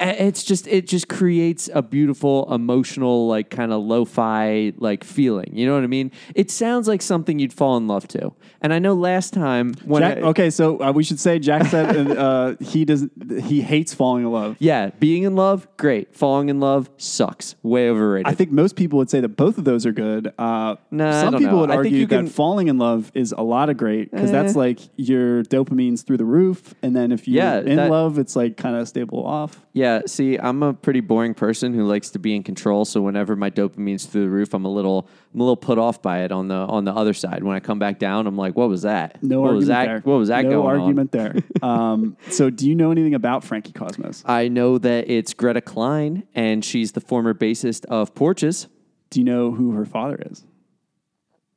Speaker 2: A- It's just it just creates a beautiful emotional like kind of lo-fi like feeling. You know what I mean? It sounds like something you'd fall in love to. And I know last time when
Speaker 1: Jack,
Speaker 2: I-
Speaker 1: okay, so uh, we should say Jack said uh, he doesn't. He hates falling in love.
Speaker 2: yeah, being in love, great. Falling in love sucks. Way overrated.
Speaker 1: I think most people would say that both of those are good. Uh,
Speaker 2: Nah, I
Speaker 1: some
Speaker 2: don't
Speaker 1: people
Speaker 2: know.
Speaker 1: would
Speaker 2: I think
Speaker 1: argue
Speaker 2: you can- Eh.
Speaker 1: that falling in love is a lot of great because that's like your dopamine's through the roof, and then if you're
Speaker 2: Yeah,
Speaker 1: in
Speaker 2: that-
Speaker 1: love, it's like kind of stable off.
Speaker 2: Yeah, see, I'm a pretty boring person who likes to be in control. So whenever my dopamine's through the roof, I'm a little, I'm a little put off by it on the on the other side. When I come back down, I'm like, what was that?
Speaker 1: No
Speaker 2: what
Speaker 1: argument
Speaker 2: was that?
Speaker 1: there.
Speaker 2: What was that
Speaker 1: No
Speaker 2: going on?
Speaker 1: argument there. Um, so, do you know anything about Frankie Cosmos?
Speaker 2: I know that it's Greta Klein, and she's the former bassist of Porches.
Speaker 1: Do you know who her father is?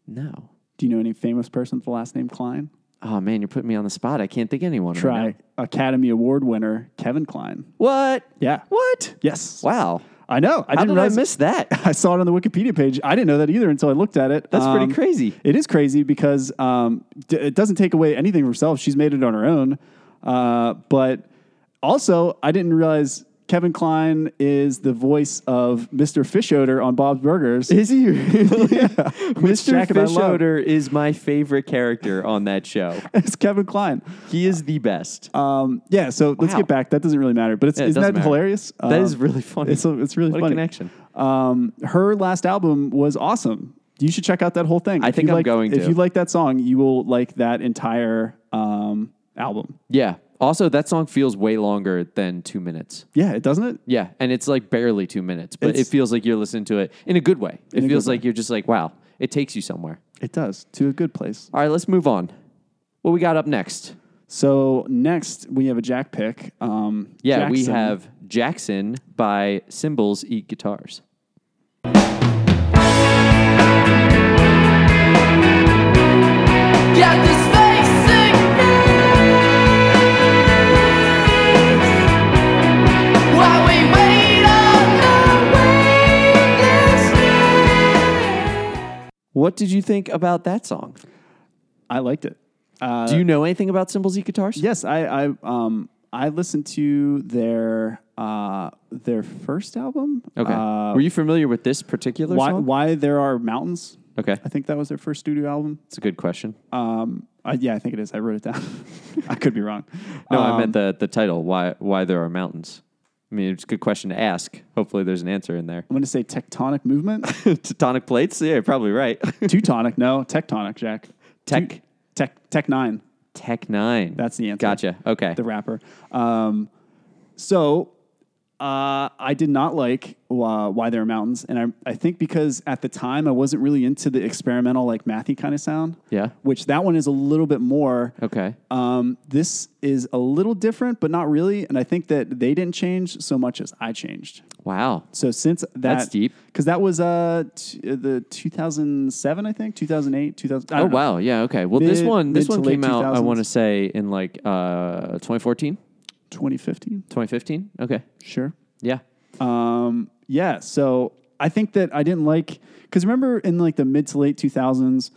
Speaker 2: No.
Speaker 1: Do you know any famous person with the last name Klein?
Speaker 2: Oh man, you're putting me on the spot. I can't think of anyone. right
Speaker 1: Try
Speaker 2: now.
Speaker 1: Academy Award winner Kevin Klein.
Speaker 2: What?
Speaker 1: Yeah.
Speaker 2: What?
Speaker 1: Yes.
Speaker 2: Wow.
Speaker 1: I know. I
Speaker 2: How
Speaker 1: didn't
Speaker 2: did I
Speaker 1: realize
Speaker 2: miss that?
Speaker 1: I saw it on the Wikipedia page. I didn't know that either until I looked at it.
Speaker 2: That's
Speaker 1: Um,
Speaker 2: pretty crazy.
Speaker 1: It is crazy because um, d- it doesn't take away anything from herself. She's made it on her own. Uh, but also, I didn't realize Kevin Klein is the voice of Mr. Fish Odor on Bob's Burgers.
Speaker 2: Is he really? Mr.
Speaker 1: Jack and I love.
Speaker 2: Fish Odor is my favorite character on that show.
Speaker 1: It's Kevin Klein.
Speaker 2: He is the best.
Speaker 1: Um, yeah, so let's
Speaker 2: Wow.
Speaker 1: get back. That doesn't really matter, but it's,
Speaker 2: Yeah, it
Speaker 1: isn't that
Speaker 2: doesn't matter.
Speaker 1: hilarious?
Speaker 2: That is
Speaker 1: Um,
Speaker 2: really funny.
Speaker 1: It's, it's really
Speaker 2: What a
Speaker 1: funny.
Speaker 2: connection.
Speaker 1: Um, her last album was awesome. You should check out that whole thing.
Speaker 2: I
Speaker 1: If
Speaker 2: think
Speaker 1: you
Speaker 2: I'm
Speaker 1: like-
Speaker 2: going
Speaker 1: If
Speaker 2: to.
Speaker 1: you like that song, you will like that entire um, album.
Speaker 2: Yeah. Also, that song feels way longer than two minutes.
Speaker 1: Yeah, it doesn't it?
Speaker 2: Yeah, and it's like barely two minutes, but
Speaker 1: It's-
Speaker 2: it feels like you're listening to it in a good way. It
Speaker 1: a
Speaker 2: feels
Speaker 1: good
Speaker 2: like you're just like, wow, it takes you somewhere.
Speaker 1: It does to a good place.
Speaker 2: All right, let's move on. What we got up next?
Speaker 1: So next we have a Jack pick. Um,
Speaker 2: Yeah, we
Speaker 1: Jackson.
Speaker 2: have Jackson by Cymbals Eat Guitars.
Speaker 6: Yeah, just facing While we wait on
Speaker 2: What did you think about that song?
Speaker 1: I liked it. Uh,
Speaker 2: Do you know anything about Cymbals Eat Guitars?
Speaker 1: yes, I I um I listened to their uh their first album.
Speaker 2: Okay.
Speaker 1: Uh,
Speaker 2: Were you familiar with this particular
Speaker 1: why
Speaker 2: song?
Speaker 1: why there are mountains?
Speaker 2: Okay,
Speaker 1: I think that was their first studio album.
Speaker 2: that's a good question.
Speaker 1: Um, I, yeah, I think it is. I wrote it down. I could be wrong.
Speaker 2: No,
Speaker 1: Um,
Speaker 2: I meant the the title. Why why there are mountains? I mean, it's a good question to ask. Hopefully, there's an answer in there.
Speaker 1: I'm going to say tectonic movement.
Speaker 2: Tectonic plates. Yeah, you're probably right.
Speaker 1: Teutonic, no, tectonic, Jack.
Speaker 2: Tech-
Speaker 1: Teu- tech, tech nine.
Speaker 2: Tech nine.
Speaker 1: That's the answer.
Speaker 2: Gotcha. Okay.
Speaker 1: The rapper. Um, so uh, I did not like uh, why there are mountains, and I I think because at the time I wasn't really into the experimental like mathy kind of sound.
Speaker 2: Yeah.
Speaker 1: Which that one is a little bit more.
Speaker 2: okay.
Speaker 1: Um, this is a little different, but not really. And I think that they didn't change so much as I changed.
Speaker 2: Wow.
Speaker 1: So since that,
Speaker 2: That's deep.
Speaker 1: because that was uh t- uh, the 2007, I think 2008, 2000. I
Speaker 2: Oh
Speaker 1: don't know.
Speaker 2: wow. Yeah. Okay. Well, this
Speaker 1: Mid-
Speaker 2: one this
Speaker 1: mid to
Speaker 2: one
Speaker 1: late
Speaker 2: came out. I
Speaker 1: 2000s.
Speaker 2: want to say in like uh 2014,
Speaker 1: 2015,
Speaker 2: 2015. Okay.
Speaker 1: sure.
Speaker 2: Yeah.
Speaker 1: Um, yeah. So I think that I didn't like because remember in like the mid to late 2000s,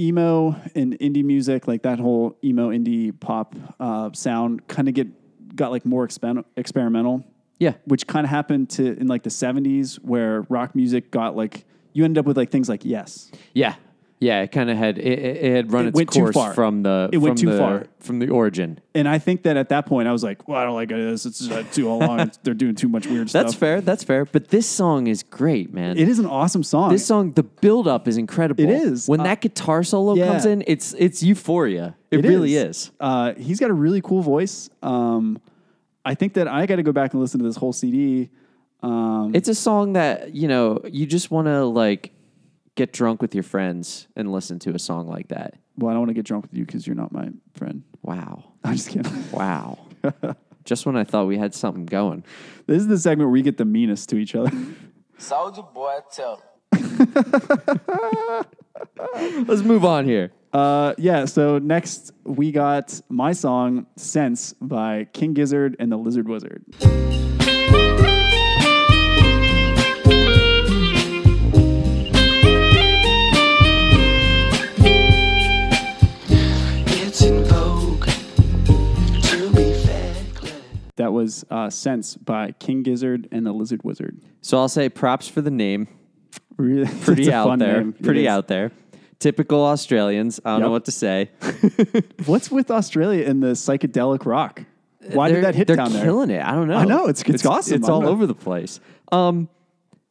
Speaker 1: emo and indie music, like that whole emo indie pop uh, sound, kind of get got like more expen- experimental.
Speaker 2: Yeah.
Speaker 1: which kind of happened to in like the 70s where rock music got like you ended up with like things like yes
Speaker 2: Yeah. Yeah. It kind of had it, it it had run
Speaker 1: It
Speaker 2: its
Speaker 1: went too
Speaker 2: course
Speaker 1: far.
Speaker 2: from the
Speaker 1: It went
Speaker 2: from
Speaker 1: too
Speaker 2: the-
Speaker 1: far.
Speaker 2: from the origin.
Speaker 1: and i think that at that point i was like well i don't like this it's uh, too long they're doing too much weird
Speaker 2: That's
Speaker 1: stuff
Speaker 2: fair. That's fair. But this song is great, man.
Speaker 1: it is an awesome song
Speaker 2: This song, the build up is incredible.
Speaker 1: It is.
Speaker 2: When
Speaker 1: Uh,
Speaker 2: that guitar solo
Speaker 1: yeah.
Speaker 2: comes in, it's it's euphoria. It, really is.
Speaker 1: Uh, he's got a really cool voice um, i think that i got to go back and listen to this whole cd um,
Speaker 2: It's a song that, you know, you just want to like get drunk with your friends and listen to a song like that.
Speaker 1: well i don't want to get drunk with you because you're not my friend
Speaker 2: Wow.
Speaker 1: i'm just kidding
Speaker 2: Wow. just when I thought we had something going.
Speaker 1: this is the segment where we get the meanest to each other
Speaker 3: Soldier boy, tell him.
Speaker 2: Let's move on here.
Speaker 1: Uh, yeah, so next we got my song Sense by King Gizzard and the Lizard Wizard.
Speaker 6: It's in vogue to be feckless.
Speaker 1: That was uh, Sense by King Gizzard and the Lizard Wizard.
Speaker 2: So I'll say props for the name.
Speaker 1: Really,
Speaker 2: Pretty
Speaker 1: it's a
Speaker 2: out
Speaker 1: fun
Speaker 2: there.
Speaker 1: name. It
Speaker 2: Pretty
Speaker 1: is.
Speaker 2: out there. Typical Australians. I don't know
Speaker 1: Yep.
Speaker 2: what to say.
Speaker 1: What's with Australia and the psychedelic rock? Why
Speaker 2: they're,
Speaker 1: did that hit
Speaker 2: they're
Speaker 1: down there?
Speaker 2: killing it. I don't know.
Speaker 1: I know, it's- it's awesome.
Speaker 2: It's
Speaker 1: I
Speaker 2: all
Speaker 1: don't know.
Speaker 2: over the place. Um,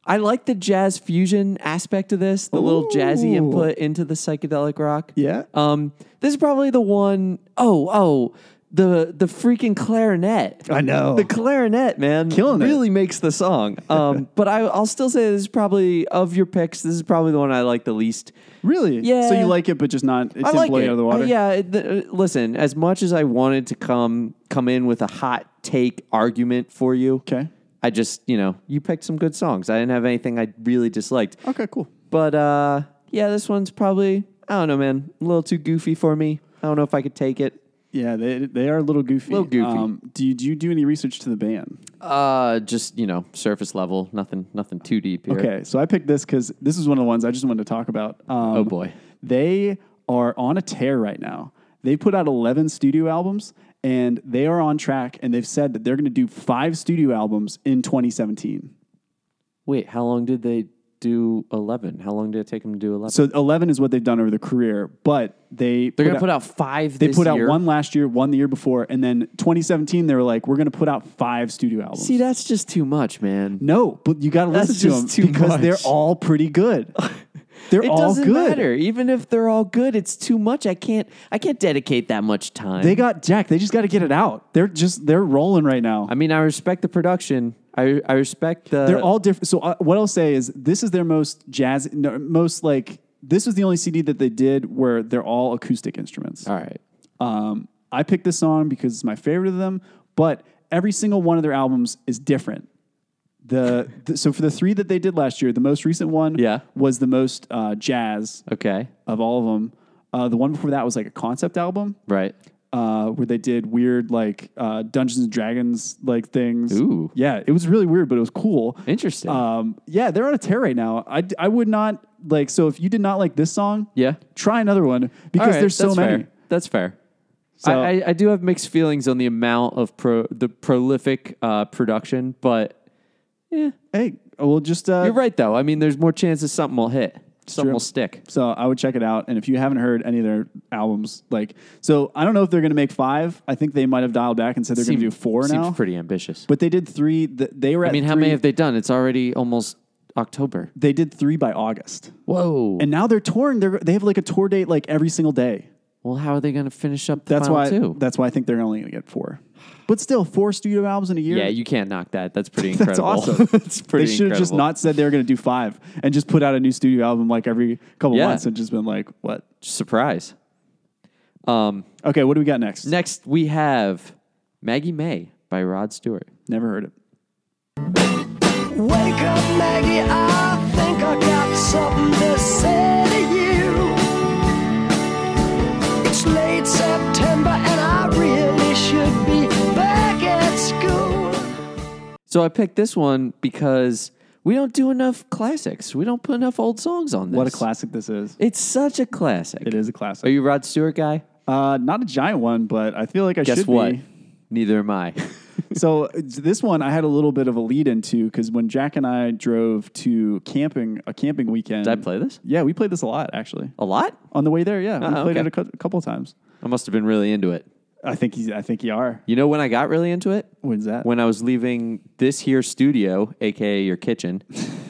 Speaker 2: I like the jazz fusion aspect of this, the little jazzy
Speaker 1: Ooh.
Speaker 2: input into the psychedelic rock.
Speaker 1: Yeah.
Speaker 2: Um, this is probably the one oh oh the the freaking clarinet.
Speaker 1: I know.
Speaker 2: The clarinet, man,
Speaker 1: Killing it.
Speaker 2: really makes the song. Um, but I, I'll still say this is probably of your picks. This is probably the one I like the least.
Speaker 1: Really? So
Speaker 2: Yeah.
Speaker 1: you like it, but just not. It
Speaker 2: I
Speaker 1: didn't
Speaker 2: like
Speaker 1: blow
Speaker 2: it.
Speaker 1: you out of the water.
Speaker 2: Uh, yeah, it- the- uh, listen, as much as I wanted to come come in with a hot take argument for you,
Speaker 1: Okay.
Speaker 2: I just you know you picked some good songs. I didn't have anything I really disliked,
Speaker 1: Okay. Cool.
Speaker 2: but uh, yeah, this one's probably I don't know, man, a little too goofy for me. I don't know if I could take it.
Speaker 1: Yeah, they they are a little goofy. Um,
Speaker 2: Little goofy.
Speaker 1: do you do you do any research to the band?
Speaker 2: Uh, just you know, surface level, nothing, nothing too deep here.
Speaker 1: Okay, so I picked this because this is one of the ones I just wanted to talk about. Um,
Speaker 2: Oh, boy.
Speaker 1: they are on a tear right now. They put out eleven studio albums, and they are on track. And they've said that they're going to do five studio albums in 2017.
Speaker 2: Wait, how long did they do eleven? How long did it take them to do eleven?
Speaker 1: So eleven is what they've done over the career, but they
Speaker 2: They're gonna put out five.
Speaker 1: They
Speaker 2: this
Speaker 1: put out
Speaker 2: year.
Speaker 1: one last year, one the year before, and then 2017 they were like, we're going to put out five studio albums.
Speaker 2: See, that's just too much, man.
Speaker 1: no, but you got to
Speaker 2: That's
Speaker 1: listen to them
Speaker 2: just too
Speaker 1: because
Speaker 2: much.
Speaker 1: they're all pretty good. They're
Speaker 2: It
Speaker 1: all
Speaker 2: doesn't
Speaker 1: good.
Speaker 2: matter. Even if they're all good, it's too much. I can't. I can't dedicate that much time.
Speaker 1: They got Jack. They just got to get it out. They're just they're rolling right now.
Speaker 2: I mean, I respect the production. I I respect the.
Speaker 1: they're all different. So uh, what I'll say is this is their most jazz, no, most like this was the only CD that they did where they're all acoustic instruments.
Speaker 2: all right.
Speaker 1: Um, I picked this song because it's my favorite of them, but every single one of their albums is different. The, the- so for the three that they did last year, the most recent one
Speaker 2: Yeah.
Speaker 1: was the most uh, jazz
Speaker 2: Okay.
Speaker 1: of all of them. Uh, the one before that was like a concept album
Speaker 2: Right.
Speaker 1: uh, where they did weird like uh, Dungeons and Dragons like things.
Speaker 2: Ooh.
Speaker 1: yeah, it was really weird, but it was cool.
Speaker 2: Interesting.
Speaker 1: Um, yeah, they're on a tear right now. I, I would not like so if you did not like this song,
Speaker 2: Yeah.
Speaker 1: try another one
Speaker 2: All
Speaker 1: because
Speaker 2: right,
Speaker 1: there's so
Speaker 2: that's
Speaker 1: many.
Speaker 2: Fair. That's fair.
Speaker 1: So-
Speaker 2: I, I I do have mixed feelings on the amount of pro the prolific uh, production, but
Speaker 1: Hey, well, just uh,
Speaker 2: you're right though. I mean, there's more chances something will hit. Something
Speaker 1: true.
Speaker 2: will stick.
Speaker 1: So I would check it out. And if you haven't heard any of their albums, like, so I don't know if they're going to make five. I think they might have dialed back and said they're going to do
Speaker 2: Seem-
Speaker 1: four
Speaker 2: seems
Speaker 1: now.
Speaker 2: pretty ambitious.
Speaker 1: but they did three. th- They were.
Speaker 2: I mean, how many have they done? It's already almost October.
Speaker 1: They did three by August,
Speaker 2: Whoa.
Speaker 1: and now they're touring. They're, they have like a tour date like every single day.
Speaker 2: well, how are they going to finish up the
Speaker 1: That's
Speaker 2: final
Speaker 1: why.
Speaker 2: two?
Speaker 1: That's why I think they're only going to get four. But still, four studio albums in a year.
Speaker 2: Yeah, you can't knock that. That's pretty
Speaker 1: That's
Speaker 2: incredible.
Speaker 1: awesome.
Speaker 2: That's pretty
Speaker 1: they should have just
Speaker 2: incredible.
Speaker 1: not said they were going to do five and just put out a new studio album like every couple
Speaker 2: Yeah.
Speaker 1: months and just been like, what?
Speaker 2: surprise. Um,
Speaker 1: Okay, what do we got next?
Speaker 2: next we have Maggie May by Rod Stewart.
Speaker 1: Never heard it.
Speaker 7: Wake up, Maggie. I think I got something to say to you. It's late September, and I really should be back at school.
Speaker 2: So I picked this one because we don't do enough classics. We don't put enough old songs on this.
Speaker 1: What a classic this is.
Speaker 2: It's such a classic.
Speaker 1: It is a classic.
Speaker 2: Are you a Rod Stewart guy?
Speaker 1: Uh, not a giant one, but I feel like I
Speaker 2: Guess
Speaker 1: should
Speaker 2: what?
Speaker 1: be.
Speaker 2: Neither am I.
Speaker 1: So it's- this one I had a little bit of a lead into because when Jack and I drove to camping a camping weekend,
Speaker 2: Did I play this?
Speaker 1: Yeah, we played this a lot actually
Speaker 2: A lot?
Speaker 1: on the way there. Yeah, we
Speaker 2: Oh,
Speaker 1: played
Speaker 2: okay.
Speaker 1: it a, cou- a couple times.
Speaker 2: I must have been really into it.
Speaker 1: I think he's. I think you are.
Speaker 2: You know when I got really into it?
Speaker 1: When's that?
Speaker 2: when I was leaving this here studio, aka your kitchen,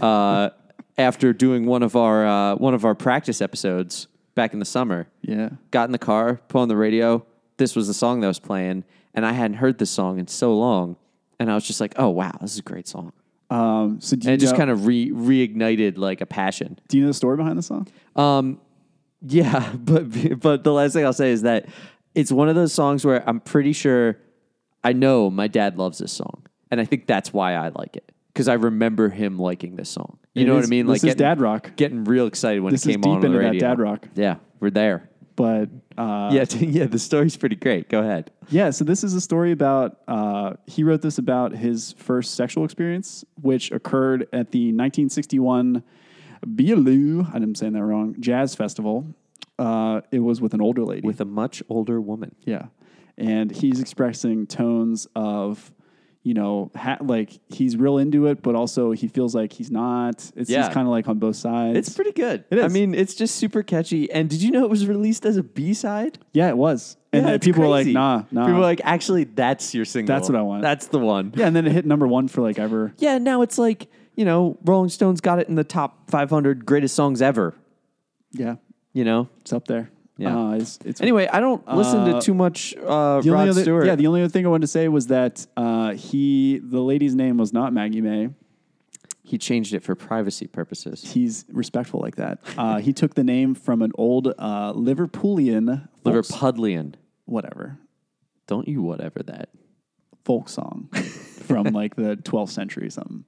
Speaker 2: uh, after doing one of our uh, one of our practice episodes back in the summer.
Speaker 1: Yeah.
Speaker 2: Got in the car, put on the radio. This was the song that was playing, and I hadn't heard this song in so long, and I was just like, "Oh wow, this is a great song!"
Speaker 1: Um. So do you
Speaker 2: And it just
Speaker 1: know-
Speaker 2: kind of re- reignited like a passion.
Speaker 1: Do you know the story behind the song?
Speaker 2: Um, yeah, but but the last thing I'll say is that it's one of those songs where I'm pretty sure I know my dad loves this song, and I think that's why I like it because I remember him liking this song. You
Speaker 1: It
Speaker 2: know what I
Speaker 1: is-
Speaker 2: mean?
Speaker 1: this is dad rock.
Speaker 2: getting real excited when
Speaker 1: This
Speaker 2: it
Speaker 1: is
Speaker 2: came on
Speaker 1: deep
Speaker 2: on the
Speaker 1: into that
Speaker 2: radio.
Speaker 1: dad rock.
Speaker 2: Yeah, we're there.
Speaker 1: But uh,
Speaker 2: yeah, yeah. The story's pretty great. Go ahead.
Speaker 1: Yeah, so this is a story about uh, he wrote this about his first sexual experience, which occurred at the 1961 Bealoo. I'm saying that wrong. Jazz festival. Uh, it was with an older lady.
Speaker 2: With a much older woman.
Speaker 1: yeah, and he's expressing tones of, you you know, ha- like he's real into it, but also he feels like he's not. It's
Speaker 2: Yeah.
Speaker 1: just kind of like on both sides.
Speaker 2: It's pretty good.
Speaker 1: It
Speaker 2: I
Speaker 1: is.
Speaker 2: mean, it's just super catchy. And did you know it was released as a B side?
Speaker 1: yeah, it was. And then people were like, nah, nah.
Speaker 2: People were like, actually, that's your single.
Speaker 1: That's what I want.
Speaker 2: That's the one.
Speaker 1: yeah, and then it hit number one for like ever.
Speaker 2: Yeah, now it's like, you know, Rolling Stones got it in the top 500 greatest songs ever,
Speaker 1: Yeah,
Speaker 2: you know?
Speaker 1: it's up there.
Speaker 2: Yeah.
Speaker 1: Uh, it's, it's
Speaker 2: Anyway, I don't listen to
Speaker 1: Uh,
Speaker 2: too much uh,
Speaker 1: The only
Speaker 2: Rod
Speaker 1: other-
Speaker 2: Stewart.
Speaker 1: Yeah, the only other thing I wanted to say was that uh, he, the lady's name was not Maggie May.
Speaker 2: he changed it for privacy purposes.
Speaker 1: He's respectful like that. Uh, he took the name from an old uh, Liverpoolian, folk-
Speaker 2: Liverpudlian.
Speaker 1: whatever
Speaker 2: Don't you whatever that.
Speaker 1: folk song from like the 12th century or something.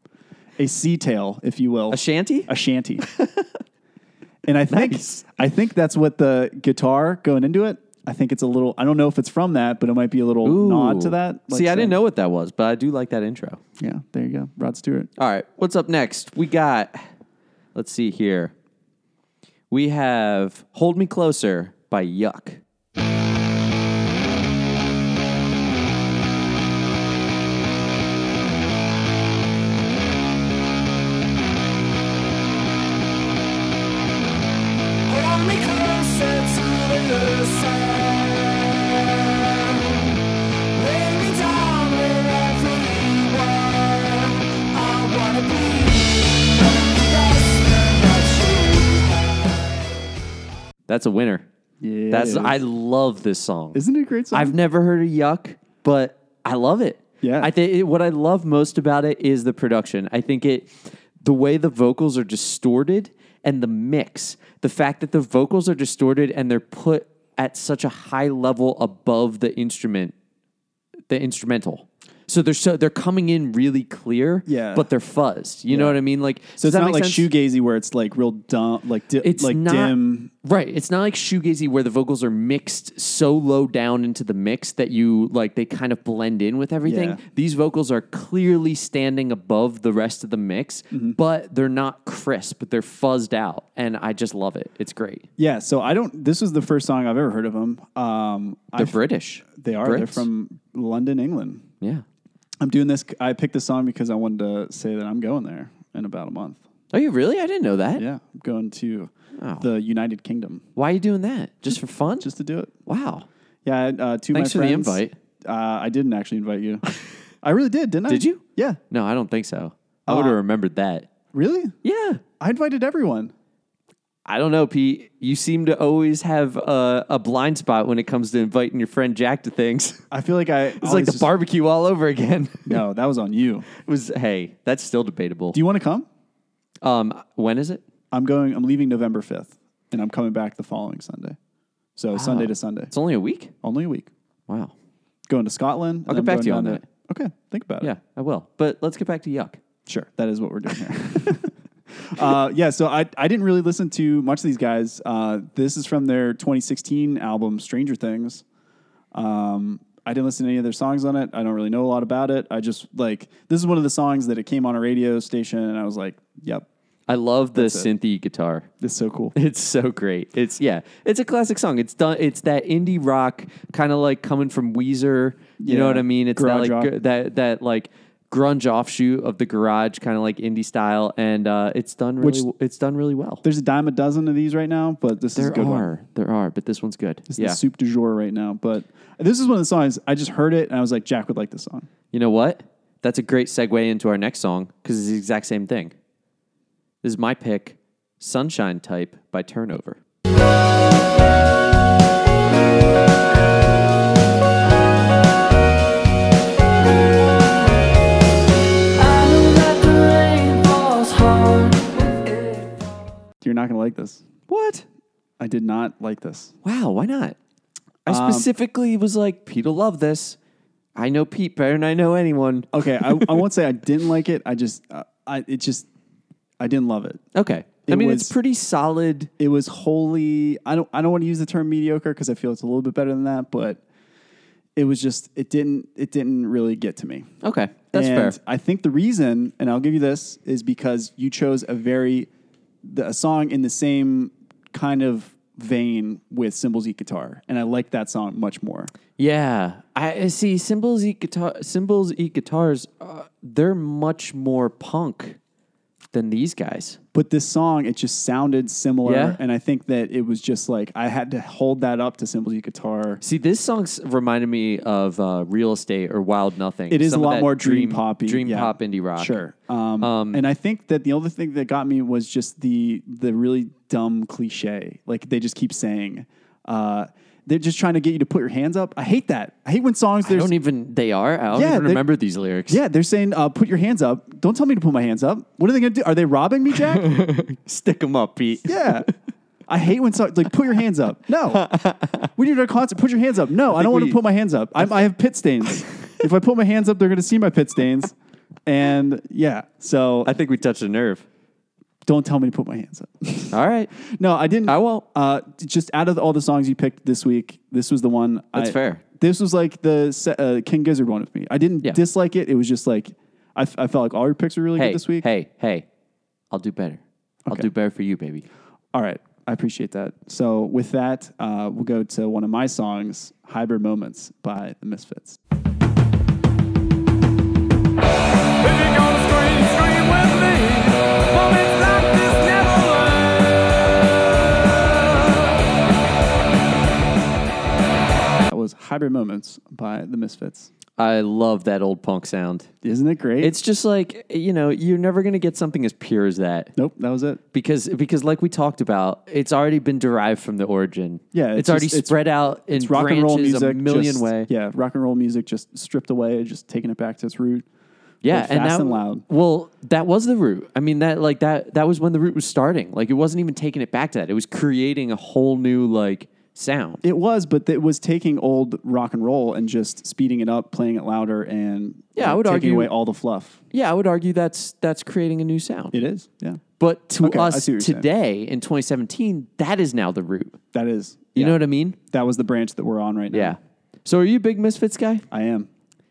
Speaker 1: A sea tale, if you will,
Speaker 2: A shanty?
Speaker 1: a shanty. and I think
Speaker 2: Nice.
Speaker 1: I think that's what the guitar going into it. I think it's a little. I don't know if it's from that, but it might be a little nod to that. like
Speaker 2: See, I didn't
Speaker 1: saying-
Speaker 2: know what that was, but I do like that intro.
Speaker 1: Yeah, there you go, Rod Stewart.
Speaker 2: All right, what's up next? We got, let's see here. We have Hold Me Closer by Yuck.
Speaker 7: Hold me closer to the sun. Lay me down where everyone. I wanna be the best that you
Speaker 2: That's a winner.
Speaker 1: Yeah,
Speaker 2: That's
Speaker 1: it is.
Speaker 2: I love this song.
Speaker 1: Isn't it a great song?
Speaker 2: I've never heard of Yuck, but I love it.
Speaker 1: Yeah.
Speaker 2: I think it- what I love most about it is the production. I think it, the way the vocals are distorted and the mix, the fact that the vocals are distorted and they're put at such a high level above the instrument, the instrumental. So they're so they're coming in really clear,
Speaker 1: Yeah.
Speaker 2: but they're fuzzed. You know what I mean? Like
Speaker 1: so
Speaker 2: does
Speaker 1: it's
Speaker 2: that
Speaker 1: not
Speaker 2: make
Speaker 1: like
Speaker 2: sense?
Speaker 1: shoegazy where it's like real dumb, like di-
Speaker 2: it's
Speaker 1: like
Speaker 2: not,
Speaker 1: dim.
Speaker 2: Right. It's not like shoegazy where the vocals are mixed so low down into the mix that you like they kind of blend in with everything.
Speaker 1: Yeah.
Speaker 2: These vocals are clearly standing above the rest of the mix,
Speaker 1: Mm-hmm.
Speaker 2: but they're not crisp. They're fuzzed out, and I just love it. It's great.
Speaker 1: Yeah. So I don't. This was the first song I've ever heard of them. Um,
Speaker 2: They're
Speaker 1: I,
Speaker 2: British.
Speaker 1: they are. They're
Speaker 2: Brits.
Speaker 1: from London, England.
Speaker 2: yeah.
Speaker 1: I'm doing this. I picked this song because I wanted to say that I'm going there in about a month.
Speaker 2: Are you really? I didn't know that.
Speaker 1: Yeah, I'm going to
Speaker 2: Oh.
Speaker 1: the United Kingdom
Speaker 2: Why are you doing that? Just for fun?
Speaker 1: just to do it.
Speaker 2: wow.
Speaker 1: Yeah, I, uh, two
Speaker 2: Thanks
Speaker 1: my
Speaker 2: for the
Speaker 1: friends-
Speaker 2: invite.
Speaker 1: Uh, I didn't actually invite you. I really did, didn't I?
Speaker 2: Did you?
Speaker 1: Yeah.
Speaker 2: No, I don't think so.
Speaker 1: Oh,
Speaker 2: I would have remembered that.
Speaker 1: Really?
Speaker 2: Yeah.
Speaker 1: I invited everyone.
Speaker 2: I don't know, Pete. You seem to always have a, a blind spot when it comes to inviting your friend Jack to things. It's
Speaker 1: I feel like I. It's
Speaker 2: like the barbecue all over again.
Speaker 1: No, that was on you.
Speaker 2: it was hey, that's still debatable.
Speaker 1: Do you want to come?
Speaker 2: um, when is it?
Speaker 1: I'm going. I'm leaving November fifth, and I'm coming back the following Sunday.
Speaker 2: Ah.
Speaker 1: So Sunday to Sunday,
Speaker 2: It's only a week.
Speaker 1: only a week.
Speaker 2: Wow.
Speaker 1: Going to Scotland.
Speaker 2: I'll get back to you on that.
Speaker 1: Okay, think about
Speaker 2: Yeah,
Speaker 1: it.
Speaker 2: I will. But let's get back to yuck.
Speaker 1: Sure, that is what we're doing here. uh, yeah, so I I didn't really listen to much of these guys. Uh, this is from their 2016 album Stranger Things. Um, I didn't listen to any of their songs on it. I don't really know a lot about it. I just like this is one of the songs that it came on a radio station, and I was like, "Yep,
Speaker 2: I love the synthy guitar.
Speaker 1: this is so cool."
Speaker 2: It's so great. It's yeah. It's a classic song. It's done. It's that indie rock kind of like coming from Weezer. You know
Speaker 1: Yeah.
Speaker 2: what I mean? It's
Speaker 1: Garage
Speaker 2: that like
Speaker 1: rock.
Speaker 2: gr- that that like grunge offshoot of the garage kind of like indie style, and uh, it's done really.
Speaker 1: Which-
Speaker 2: w- it's done really well.
Speaker 1: There's a dime a dozen of these right now, but this is a
Speaker 2: There
Speaker 1: good
Speaker 2: are
Speaker 1: one.
Speaker 2: there are, but this one's good.
Speaker 1: It's
Speaker 2: yeah.
Speaker 1: the soup du jour right now. But this is one of the songs I just heard it and I was like, Jack would like this song.
Speaker 2: You know what? That's a great segue into our next song because it's the exact same thing. This is my pick, "Sunshine Type" by Turnover.
Speaker 1: You're not going to like this.
Speaker 2: What?
Speaker 1: I did not like this.
Speaker 2: Wow, why not? I specifically was like, Pete'll love this. I know Pete better than I know anyone.
Speaker 1: Okay, I, I won't say I didn't like it. I just, uh, I it just, I didn't love it.
Speaker 2: Okay. I
Speaker 1: It
Speaker 2: mean,
Speaker 1: was-
Speaker 2: it's pretty solid.
Speaker 1: It was wholly. I don't. I don't want to use the term mediocre because I feel it's a little bit better than that. But it was just. It didn't. It didn't really get to me.
Speaker 2: Okay, that's
Speaker 1: and
Speaker 2: fair.
Speaker 1: I think the reason, and I'll give you this, is because you chose a very the, a song in the same kind of vein with cymbals eat guitar, and I like that song much more.
Speaker 2: Yeah, I I see. Cymbals eat guitar. Cymbals eat guitars. Uh, they're much more punk than these guys.
Speaker 1: But this song, it just sounded similar,
Speaker 2: Yeah.
Speaker 1: and I think that it was just like I had to hold that up to cymbals eat guitar.
Speaker 2: See, this song s- reminded me of uh, Real Estate or Wild Nothing.
Speaker 1: It is
Speaker 2: Some
Speaker 1: a
Speaker 2: of
Speaker 1: lot
Speaker 2: that
Speaker 1: more dream, poppy,
Speaker 2: dream
Speaker 1: yeah.
Speaker 2: pop, indie rock.
Speaker 1: Sure, um, and I think that the other thing that got me was just the the really dumb cliche. Like they just keep saying, uh, they're just trying to get you to put your hands up. I hate that. I hate when songs.
Speaker 2: I
Speaker 1: There's
Speaker 2: don't e- even. They are. I don't
Speaker 1: Yeah,
Speaker 2: even
Speaker 1: they-
Speaker 2: remember these lyrics.
Speaker 1: yeah, they're saying, uh, put your hands up. Don't tell me to put my hands up. What are they going to do? Are they robbing me, Jack?
Speaker 2: stick them up, Pete.
Speaker 1: yeah. I hate when songs like put your hands up. No, we need our concert. Put your hands up. No, I, don't want
Speaker 2: we-
Speaker 1: to put my hands up. I'm, I have pit stains. if I put my hands up, they're going to see my pit stains. And yeah, so
Speaker 2: I think we touched a nerve.
Speaker 1: don't tell me to put my hands up.
Speaker 2: All right,
Speaker 1: No, I didn't.
Speaker 2: I won't.
Speaker 1: Uh, just out of all the songs you picked this week, this was the one.
Speaker 2: That's
Speaker 1: I-
Speaker 2: fair.
Speaker 1: This was like the se- uh, King Gizzard one with me. I didn't
Speaker 2: Yeah.
Speaker 1: dislike it. It was just like I, f- I felt like all your picks were really
Speaker 2: Hey,
Speaker 1: good this week.
Speaker 2: hey, hey! I'll do better. I'll
Speaker 1: Okay.
Speaker 2: do better for you, baby.
Speaker 1: All right. I appreciate that. So with that, uh, we'll go to one of my songs, Hybrid Moments by The Misfits. That was Hybrid Moments by The Misfits.
Speaker 2: I love that old punk sound.
Speaker 1: Isn't it great?
Speaker 2: It's just like you know, you're never gonna get something as pure as that.
Speaker 1: nope, that was it.
Speaker 2: because because like we talked about, it's already been derived from the origin.
Speaker 1: Yeah,
Speaker 2: it's,
Speaker 1: it's
Speaker 2: already
Speaker 1: just- it's-
Speaker 2: spread out in
Speaker 1: It's rock and roll
Speaker 2: branches
Speaker 1: music,
Speaker 2: a million
Speaker 1: just-
Speaker 2: ways.
Speaker 1: Yeah, rock and roll music just stripped away, just taking it back to its root.
Speaker 2: Yeah,
Speaker 1: like fast and loud.
Speaker 2: Well, that was the root. I mean, that like that that was when the root was starting. Like it wasn't even taking it back to that. It was creating a whole new like sound.
Speaker 1: It was, but it was taking old rock and roll and just speeding it up, playing it louder, and
Speaker 2: Yeah, I would
Speaker 1: taking
Speaker 2: argue-
Speaker 1: away all the fluff.
Speaker 2: yeah, I would argue that's that's creating a new sound.
Speaker 1: It is, yeah,
Speaker 2: But to
Speaker 1: Okay, I
Speaker 2: us
Speaker 1: see what you're saying.
Speaker 2: today in 2017, that is now the root.
Speaker 1: that is.
Speaker 2: You
Speaker 1: yeah.
Speaker 2: know what I mean?
Speaker 1: that was the branch that we're on right now.
Speaker 2: Yeah. So are you a big Misfits guy?
Speaker 1: I am.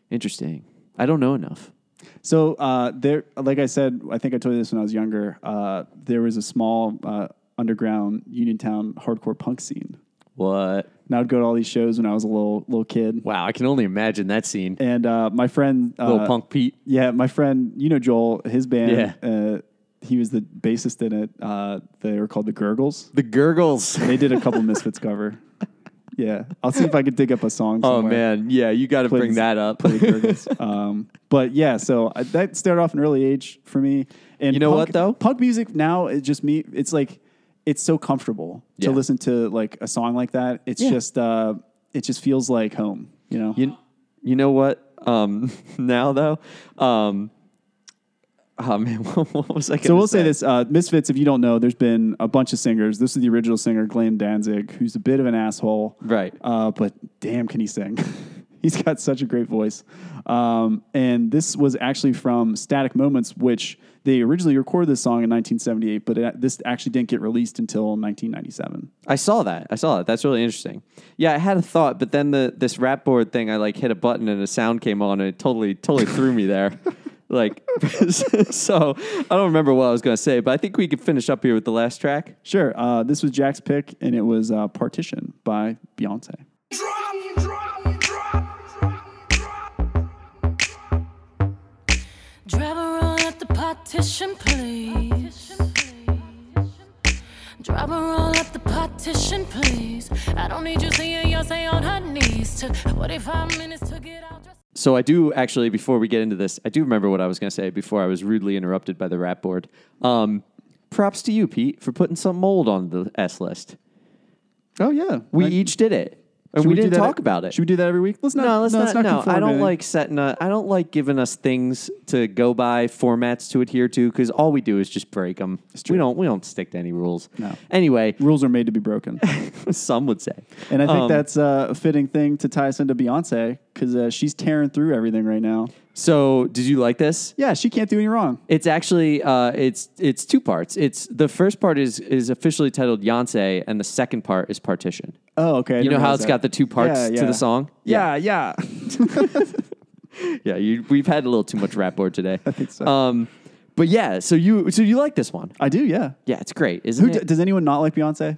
Speaker 2: Interesting. I don't know enough.
Speaker 1: So uh, there, like I said, I think I told you this when I was younger. Uh, there was a small uh, underground Uniontown hardcore punk scene,
Speaker 2: What?
Speaker 1: and I would go to all these shows when I was a little little kid.
Speaker 2: Wow, I can only imagine that scene.
Speaker 1: And uh, my friend, uh,
Speaker 2: Little Punk Pete.
Speaker 1: yeah, my friend, you know Joel, his band,
Speaker 2: Yeah.
Speaker 1: uh, he was the bassist in it. Uh, they were called the Gurgles.
Speaker 2: The gurgles.
Speaker 1: They did a couple Misfits cover. Yeah, I'll see if I could dig up a song.
Speaker 2: Oh
Speaker 1: somewhere.
Speaker 2: man, yeah, you got to bring
Speaker 1: Please.
Speaker 2: that up.
Speaker 1: play gurgles. um, but yeah, so I, that started off an early age for me. And
Speaker 2: You know
Speaker 1: punk-
Speaker 2: what, though?
Speaker 1: punk music now it just me. It's like it's so comfortable
Speaker 2: Yeah.
Speaker 1: to listen to like a song like that. It's
Speaker 2: Yeah.
Speaker 1: just uh, it just feels like home. You know,
Speaker 2: you, you know what? Um, now though, um, oh man, what, what was I?
Speaker 1: So we'll say this: uh, Misfits. If you don't know, there's been a bunch of singers. This is the original singer, Glenn Danzig, who's a bit of an asshole,
Speaker 2: Right.
Speaker 1: Uh, but damn, can he sing? He's got such a great voice. Um, and this was actually from Static Moments, which they originally recorded this song in 1978, but it, this actually didn't get released until 1997.
Speaker 2: I saw that. I saw that. That's really interesting. Yeah, I had a thought, but then the this rap board thing, I like hit a button and a sound came on, and it totally totally threw me there. Like, so I don't remember what I was going to say, but I think we could finish up here with the last track.
Speaker 1: Sure, uh, this was Jack's pick, and it was uh, Partition by Beyonce.
Speaker 5: Drive her on at the partition, please. Drive her on at the partition, please. I don't need you seeing Yonsei on her knees. Took 45 minutes to get out. dressed.
Speaker 2: So I do actually, before we get into this, I do remember what I was going to say before I was rudely interrupted by the rap board. Um, props to you, Pete, for putting some mold on the S list.
Speaker 1: Oh yeah,
Speaker 2: We
Speaker 1: I-
Speaker 2: each did it, and
Speaker 1: should
Speaker 2: we,
Speaker 1: do
Speaker 2: didn't
Speaker 1: that-
Speaker 2: talk about it.
Speaker 1: Should we do that every week? Let's not.
Speaker 2: no, let's
Speaker 1: let's
Speaker 2: not. no,
Speaker 1: conform
Speaker 2: I
Speaker 1: to
Speaker 2: don't
Speaker 1: anything.
Speaker 2: like setting. A, I don't like giving us things to go by, formats to adhere to, because all we do is just break them. We don't. We don't stick to any rules.
Speaker 1: No.
Speaker 2: Anyway,
Speaker 1: rules are made to be broken.
Speaker 2: some would say,
Speaker 1: And I think
Speaker 2: Um,
Speaker 1: that's uh, a fitting thing to tie us into Beyonce because uh, she's tearing through everything right now.
Speaker 2: so. Did you like this?
Speaker 1: Yeah, she can't do any wrong.
Speaker 2: It's actually uh, it's it's two parts. It's the first part is is officially titled Yonsei, and the second part is Partition.
Speaker 1: Oh, okay. I
Speaker 2: You know
Speaker 1: didn't
Speaker 2: how
Speaker 1: realize
Speaker 2: it's
Speaker 1: that.
Speaker 2: got the two parts
Speaker 1: Yeah,
Speaker 2: to
Speaker 1: yeah.
Speaker 2: the song.
Speaker 1: Yeah, yeah.
Speaker 2: yeah. yeah you, we've had a little too much rap board today. I think so. Um, but yeah, so you so you like this one?
Speaker 1: I do. Yeah.
Speaker 2: Yeah, it's great, isn't
Speaker 1: Who
Speaker 2: it?
Speaker 1: d- does anyone not like Beyonce?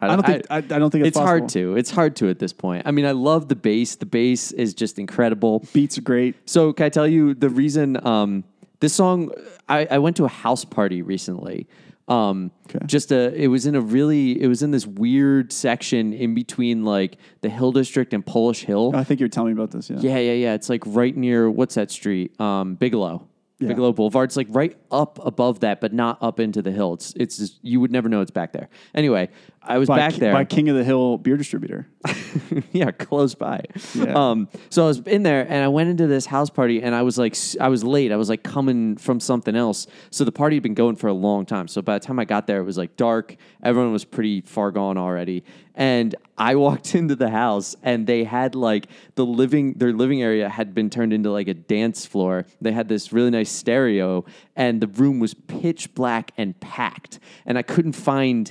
Speaker 2: I
Speaker 1: don't think- I- I don't think it's
Speaker 2: hard
Speaker 1: possible.
Speaker 2: to. It's hard to at this point. I mean, I love the bass. The bass is just incredible.
Speaker 1: Beats are great.
Speaker 2: So can I tell you the reason? Um, this song, I, I went to a house party recently. Um,
Speaker 1: Okay.
Speaker 2: Just a, it was in a really, it was in this weird section in between like the Hill District and Polish Hill.
Speaker 1: I think you're telling me about this. Yeah.
Speaker 2: Yeah, yeah, yeah. It's like right near what's that street? Um, Bigelow. Bigelow Boulevard. It's like right up above that, but not up into the hill. It's it's just, you would never know it's back there. Anyway, I was
Speaker 1: By,
Speaker 2: back there
Speaker 1: by King of the Hill beer distributor.
Speaker 2: yeah, close by.
Speaker 1: Yeah.
Speaker 2: Um, so I was in there and I went into this house party and I was like, I was late. I was like coming from something else. So the party had been going for a long time. So by the time I got there, it was like dark. Everyone was pretty far gone already. And I walked into the house and they had like the living, their living area had been turned into like a dance floor. They had this really nice stereo and the room was pitch black and packed. And I couldn't find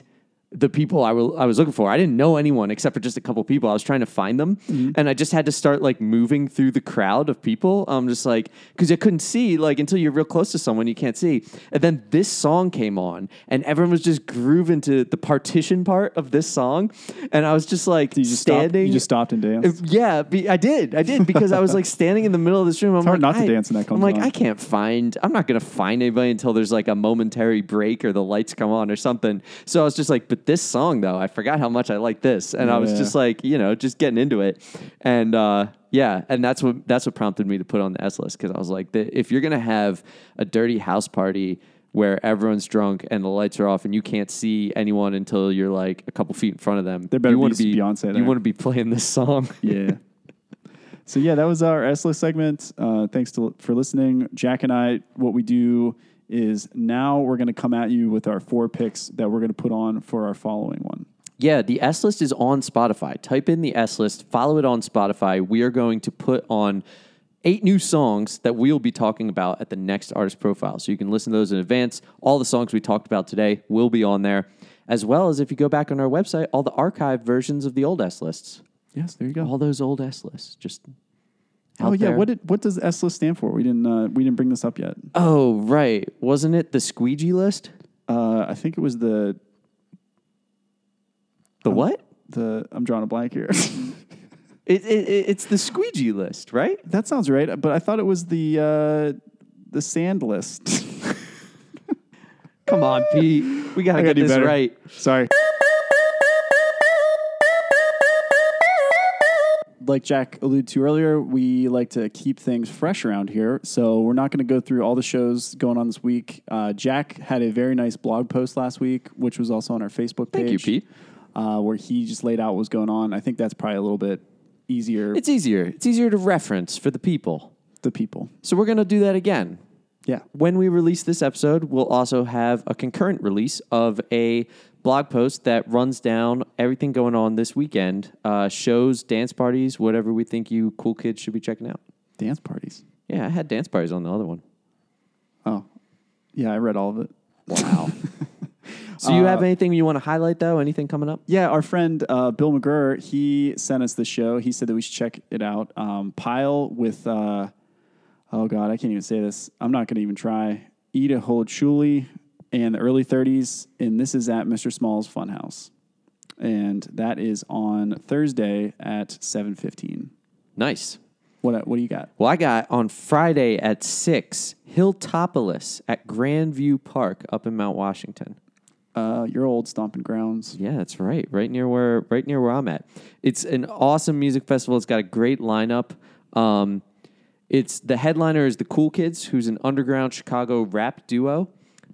Speaker 2: the people I, were, I was looking for. I didn't know anyone except for just a couple people. I was trying to find them,
Speaker 1: Mm-hmm.
Speaker 2: and I just had to start like moving through the crowd of people. I'm just like, because I couldn't see like until you're real close to someone, you can't see. And then this song came on, and everyone was just grooving to the partition part of this song, and I was just like
Speaker 1: You just stopped,
Speaker 2: standing.
Speaker 1: you just stopped and danced.
Speaker 2: If- Yeah, be, I did. I did because I was like standing in the middle of this room. I'm
Speaker 1: hard
Speaker 2: like,
Speaker 1: not to
Speaker 2: I-
Speaker 1: dance when that
Speaker 2: I'm
Speaker 1: comes
Speaker 2: like,
Speaker 1: on.
Speaker 2: I can't find. I'm not gonna find anybody until there's like a momentary break or the lights come on or something. So I was just like, but this song though, I forgot how much I like this, and I was
Speaker 1: Yeah.
Speaker 2: just like, you know, just getting into it, and uh, yeah, and that's what that's what prompted me to put on the S list because I was like, "The- if you're gonna have a dirty house party. Where everyone's drunk and the lights are off, and you can't see anyone until you're like a couple feet in front of them.
Speaker 1: There better
Speaker 2: you wanna
Speaker 1: be Beyonce
Speaker 2: You
Speaker 1: there.
Speaker 2: want to be playing this song.
Speaker 1: yeah. So yeah, that was our S list segment. Uh, thanks to, for listening, Jack and I. What we do is now we're going to come at you with our four picks that we're going to put on for our following one.
Speaker 2: Yeah, the S list is on Spotify. Type in the S list, follow it on Spotify. We are going to put on eight new songs that we'll be talking about at the next artist profile. So you can listen to those in advance. All the songs we talked about today will be on there, as well as if you go back on our website, all the archived versions of the old S lists.
Speaker 1: Yes, there you go.
Speaker 2: All those old S lists. Just
Speaker 1: Oh
Speaker 2: out
Speaker 1: yeah,
Speaker 2: there.
Speaker 1: what did, what does S list stand for? We didn't uh, we didn't bring this up yet.
Speaker 2: Oh, right. Wasn't it the squeegee list?
Speaker 1: Uh, I think it was the Um,
Speaker 2: The what?
Speaker 1: the I'm drawing a blank here.
Speaker 2: It, it, it- it's the squeegee list, right?
Speaker 1: that sounds right, but I thought it was the uh, the sand list.
Speaker 2: Come on, Pete. We got
Speaker 1: gotta
Speaker 2: to get
Speaker 1: do
Speaker 2: this
Speaker 1: better.
Speaker 2: right.
Speaker 1: Sorry. Like Jack alluded to earlier, we like to keep things fresh around here. So we're not going to go through all the shows going on this week. Uh, Jack had a very nice blog post last week, which was also on our Facebook page.
Speaker 2: Thank you, Pete.
Speaker 1: Uh, where he just laid out what was going on. I think that's probably a little bit easier
Speaker 2: It's easier. It's easier to reference for the people.
Speaker 1: to people.
Speaker 2: So we're going to do that again.
Speaker 1: Yeah.
Speaker 2: When we release this episode, we'll also have a concurrent release of a blog post that runs down everything going on this weekend uh, shows, dance parties, whatever we think you cool kids should be checking out.
Speaker 1: Dance parties.
Speaker 2: Yeah, I had dance parties on the other one.
Speaker 1: Oh, yeah, I read all of it.
Speaker 2: Wow. so, you
Speaker 1: Uh,
Speaker 2: have anything you want to highlight, though? Anything coming up?
Speaker 1: Yeah, our friend uh, Bill McGurr, he sent us the show. He said that we should check it out. Um, Pile with, uh, oh God, I can't even say this. I'm not going to even try. Ida Holchuli and the early 30s. And this is at Mr. Small's Funhouse. And that is on Thursday at 7.15.
Speaker 2: Nice.
Speaker 1: What, what do you got?
Speaker 2: Well, I got on Friday at 6, Hilltopolis at Grandview Park up in Mount Washington.
Speaker 1: Uh, your old stomping grounds.
Speaker 2: Yeah, that's right. Right near where right near where I'm at. It's an awesome music festival. It's got a great lineup. Um, it's the headliner is the Cool Kids, who's an underground Chicago rap duo.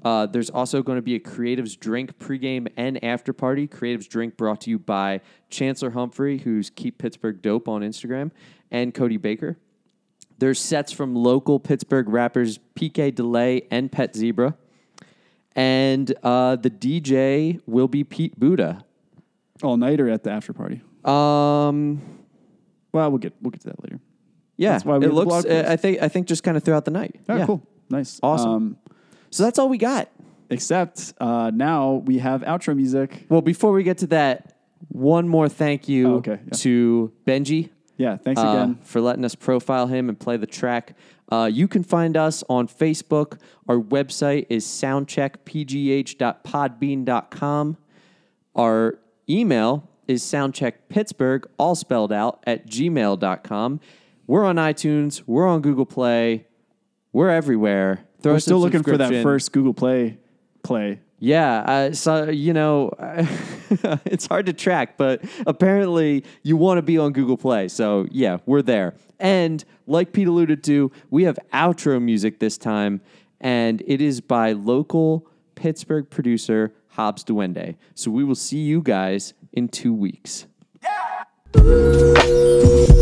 Speaker 2: Uh, there's also going to be a Creatives Drink pregame and after party. Creatives Drink brought to you by Chancellor Humphrey, who's Keep Pittsburgh Dope on Instagram, and Cody Baker. There's sets from local Pittsburgh rappers PK Delay and Pet Zebra. And uh, the DJ will be Pete Buddha.
Speaker 1: All night or at the after party?
Speaker 2: Um,
Speaker 1: Well, we'll get, we'll get to that later.
Speaker 2: yeah,
Speaker 1: That's why we
Speaker 2: it
Speaker 1: have the
Speaker 2: looks. uh,
Speaker 1: blog post.
Speaker 2: I think. I think just kind of throughout the night.
Speaker 1: Oh,
Speaker 2: Yeah.
Speaker 1: cool. Nice.
Speaker 2: Awesome.
Speaker 1: Um,
Speaker 2: So that's all we got.
Speaker 1: except uh, now we have outro music.
Speaker 2: Well, before we get to that, one more thank you
Speaker 1: Oh, okay, yeah.
Speaker 2: to Benji.
Speaker 1: Yeah, thanks
Speaker 2: uh,
Speaker 1: again.
Speaker 2: for letting us profile him and play the track. Uh, you can find us on Facebook. Our website is soundcheckpgh.podbean.com. Our Email is soundcheckpittsburgh, all spelled out, at gmail.com. We're on iTunes. We're on Google Play. We're everywhere. Throw
Speaker 1: We're
Speaker 2: us a
Speaker 1: still looking for that
Speaker 2: subscription.
Speaker 1: first Google Play play.
Speaker 2: Yeah, uh, so you know, it's hard to track, but apparently you want to be on Google Play. So yeah, we're there. And like Pete alluded to, we have outro music this time, and it is by local Pittsburgh producer Hobbs Duende. So we will see you guys in two weeks.
Speaker 6: Ooh.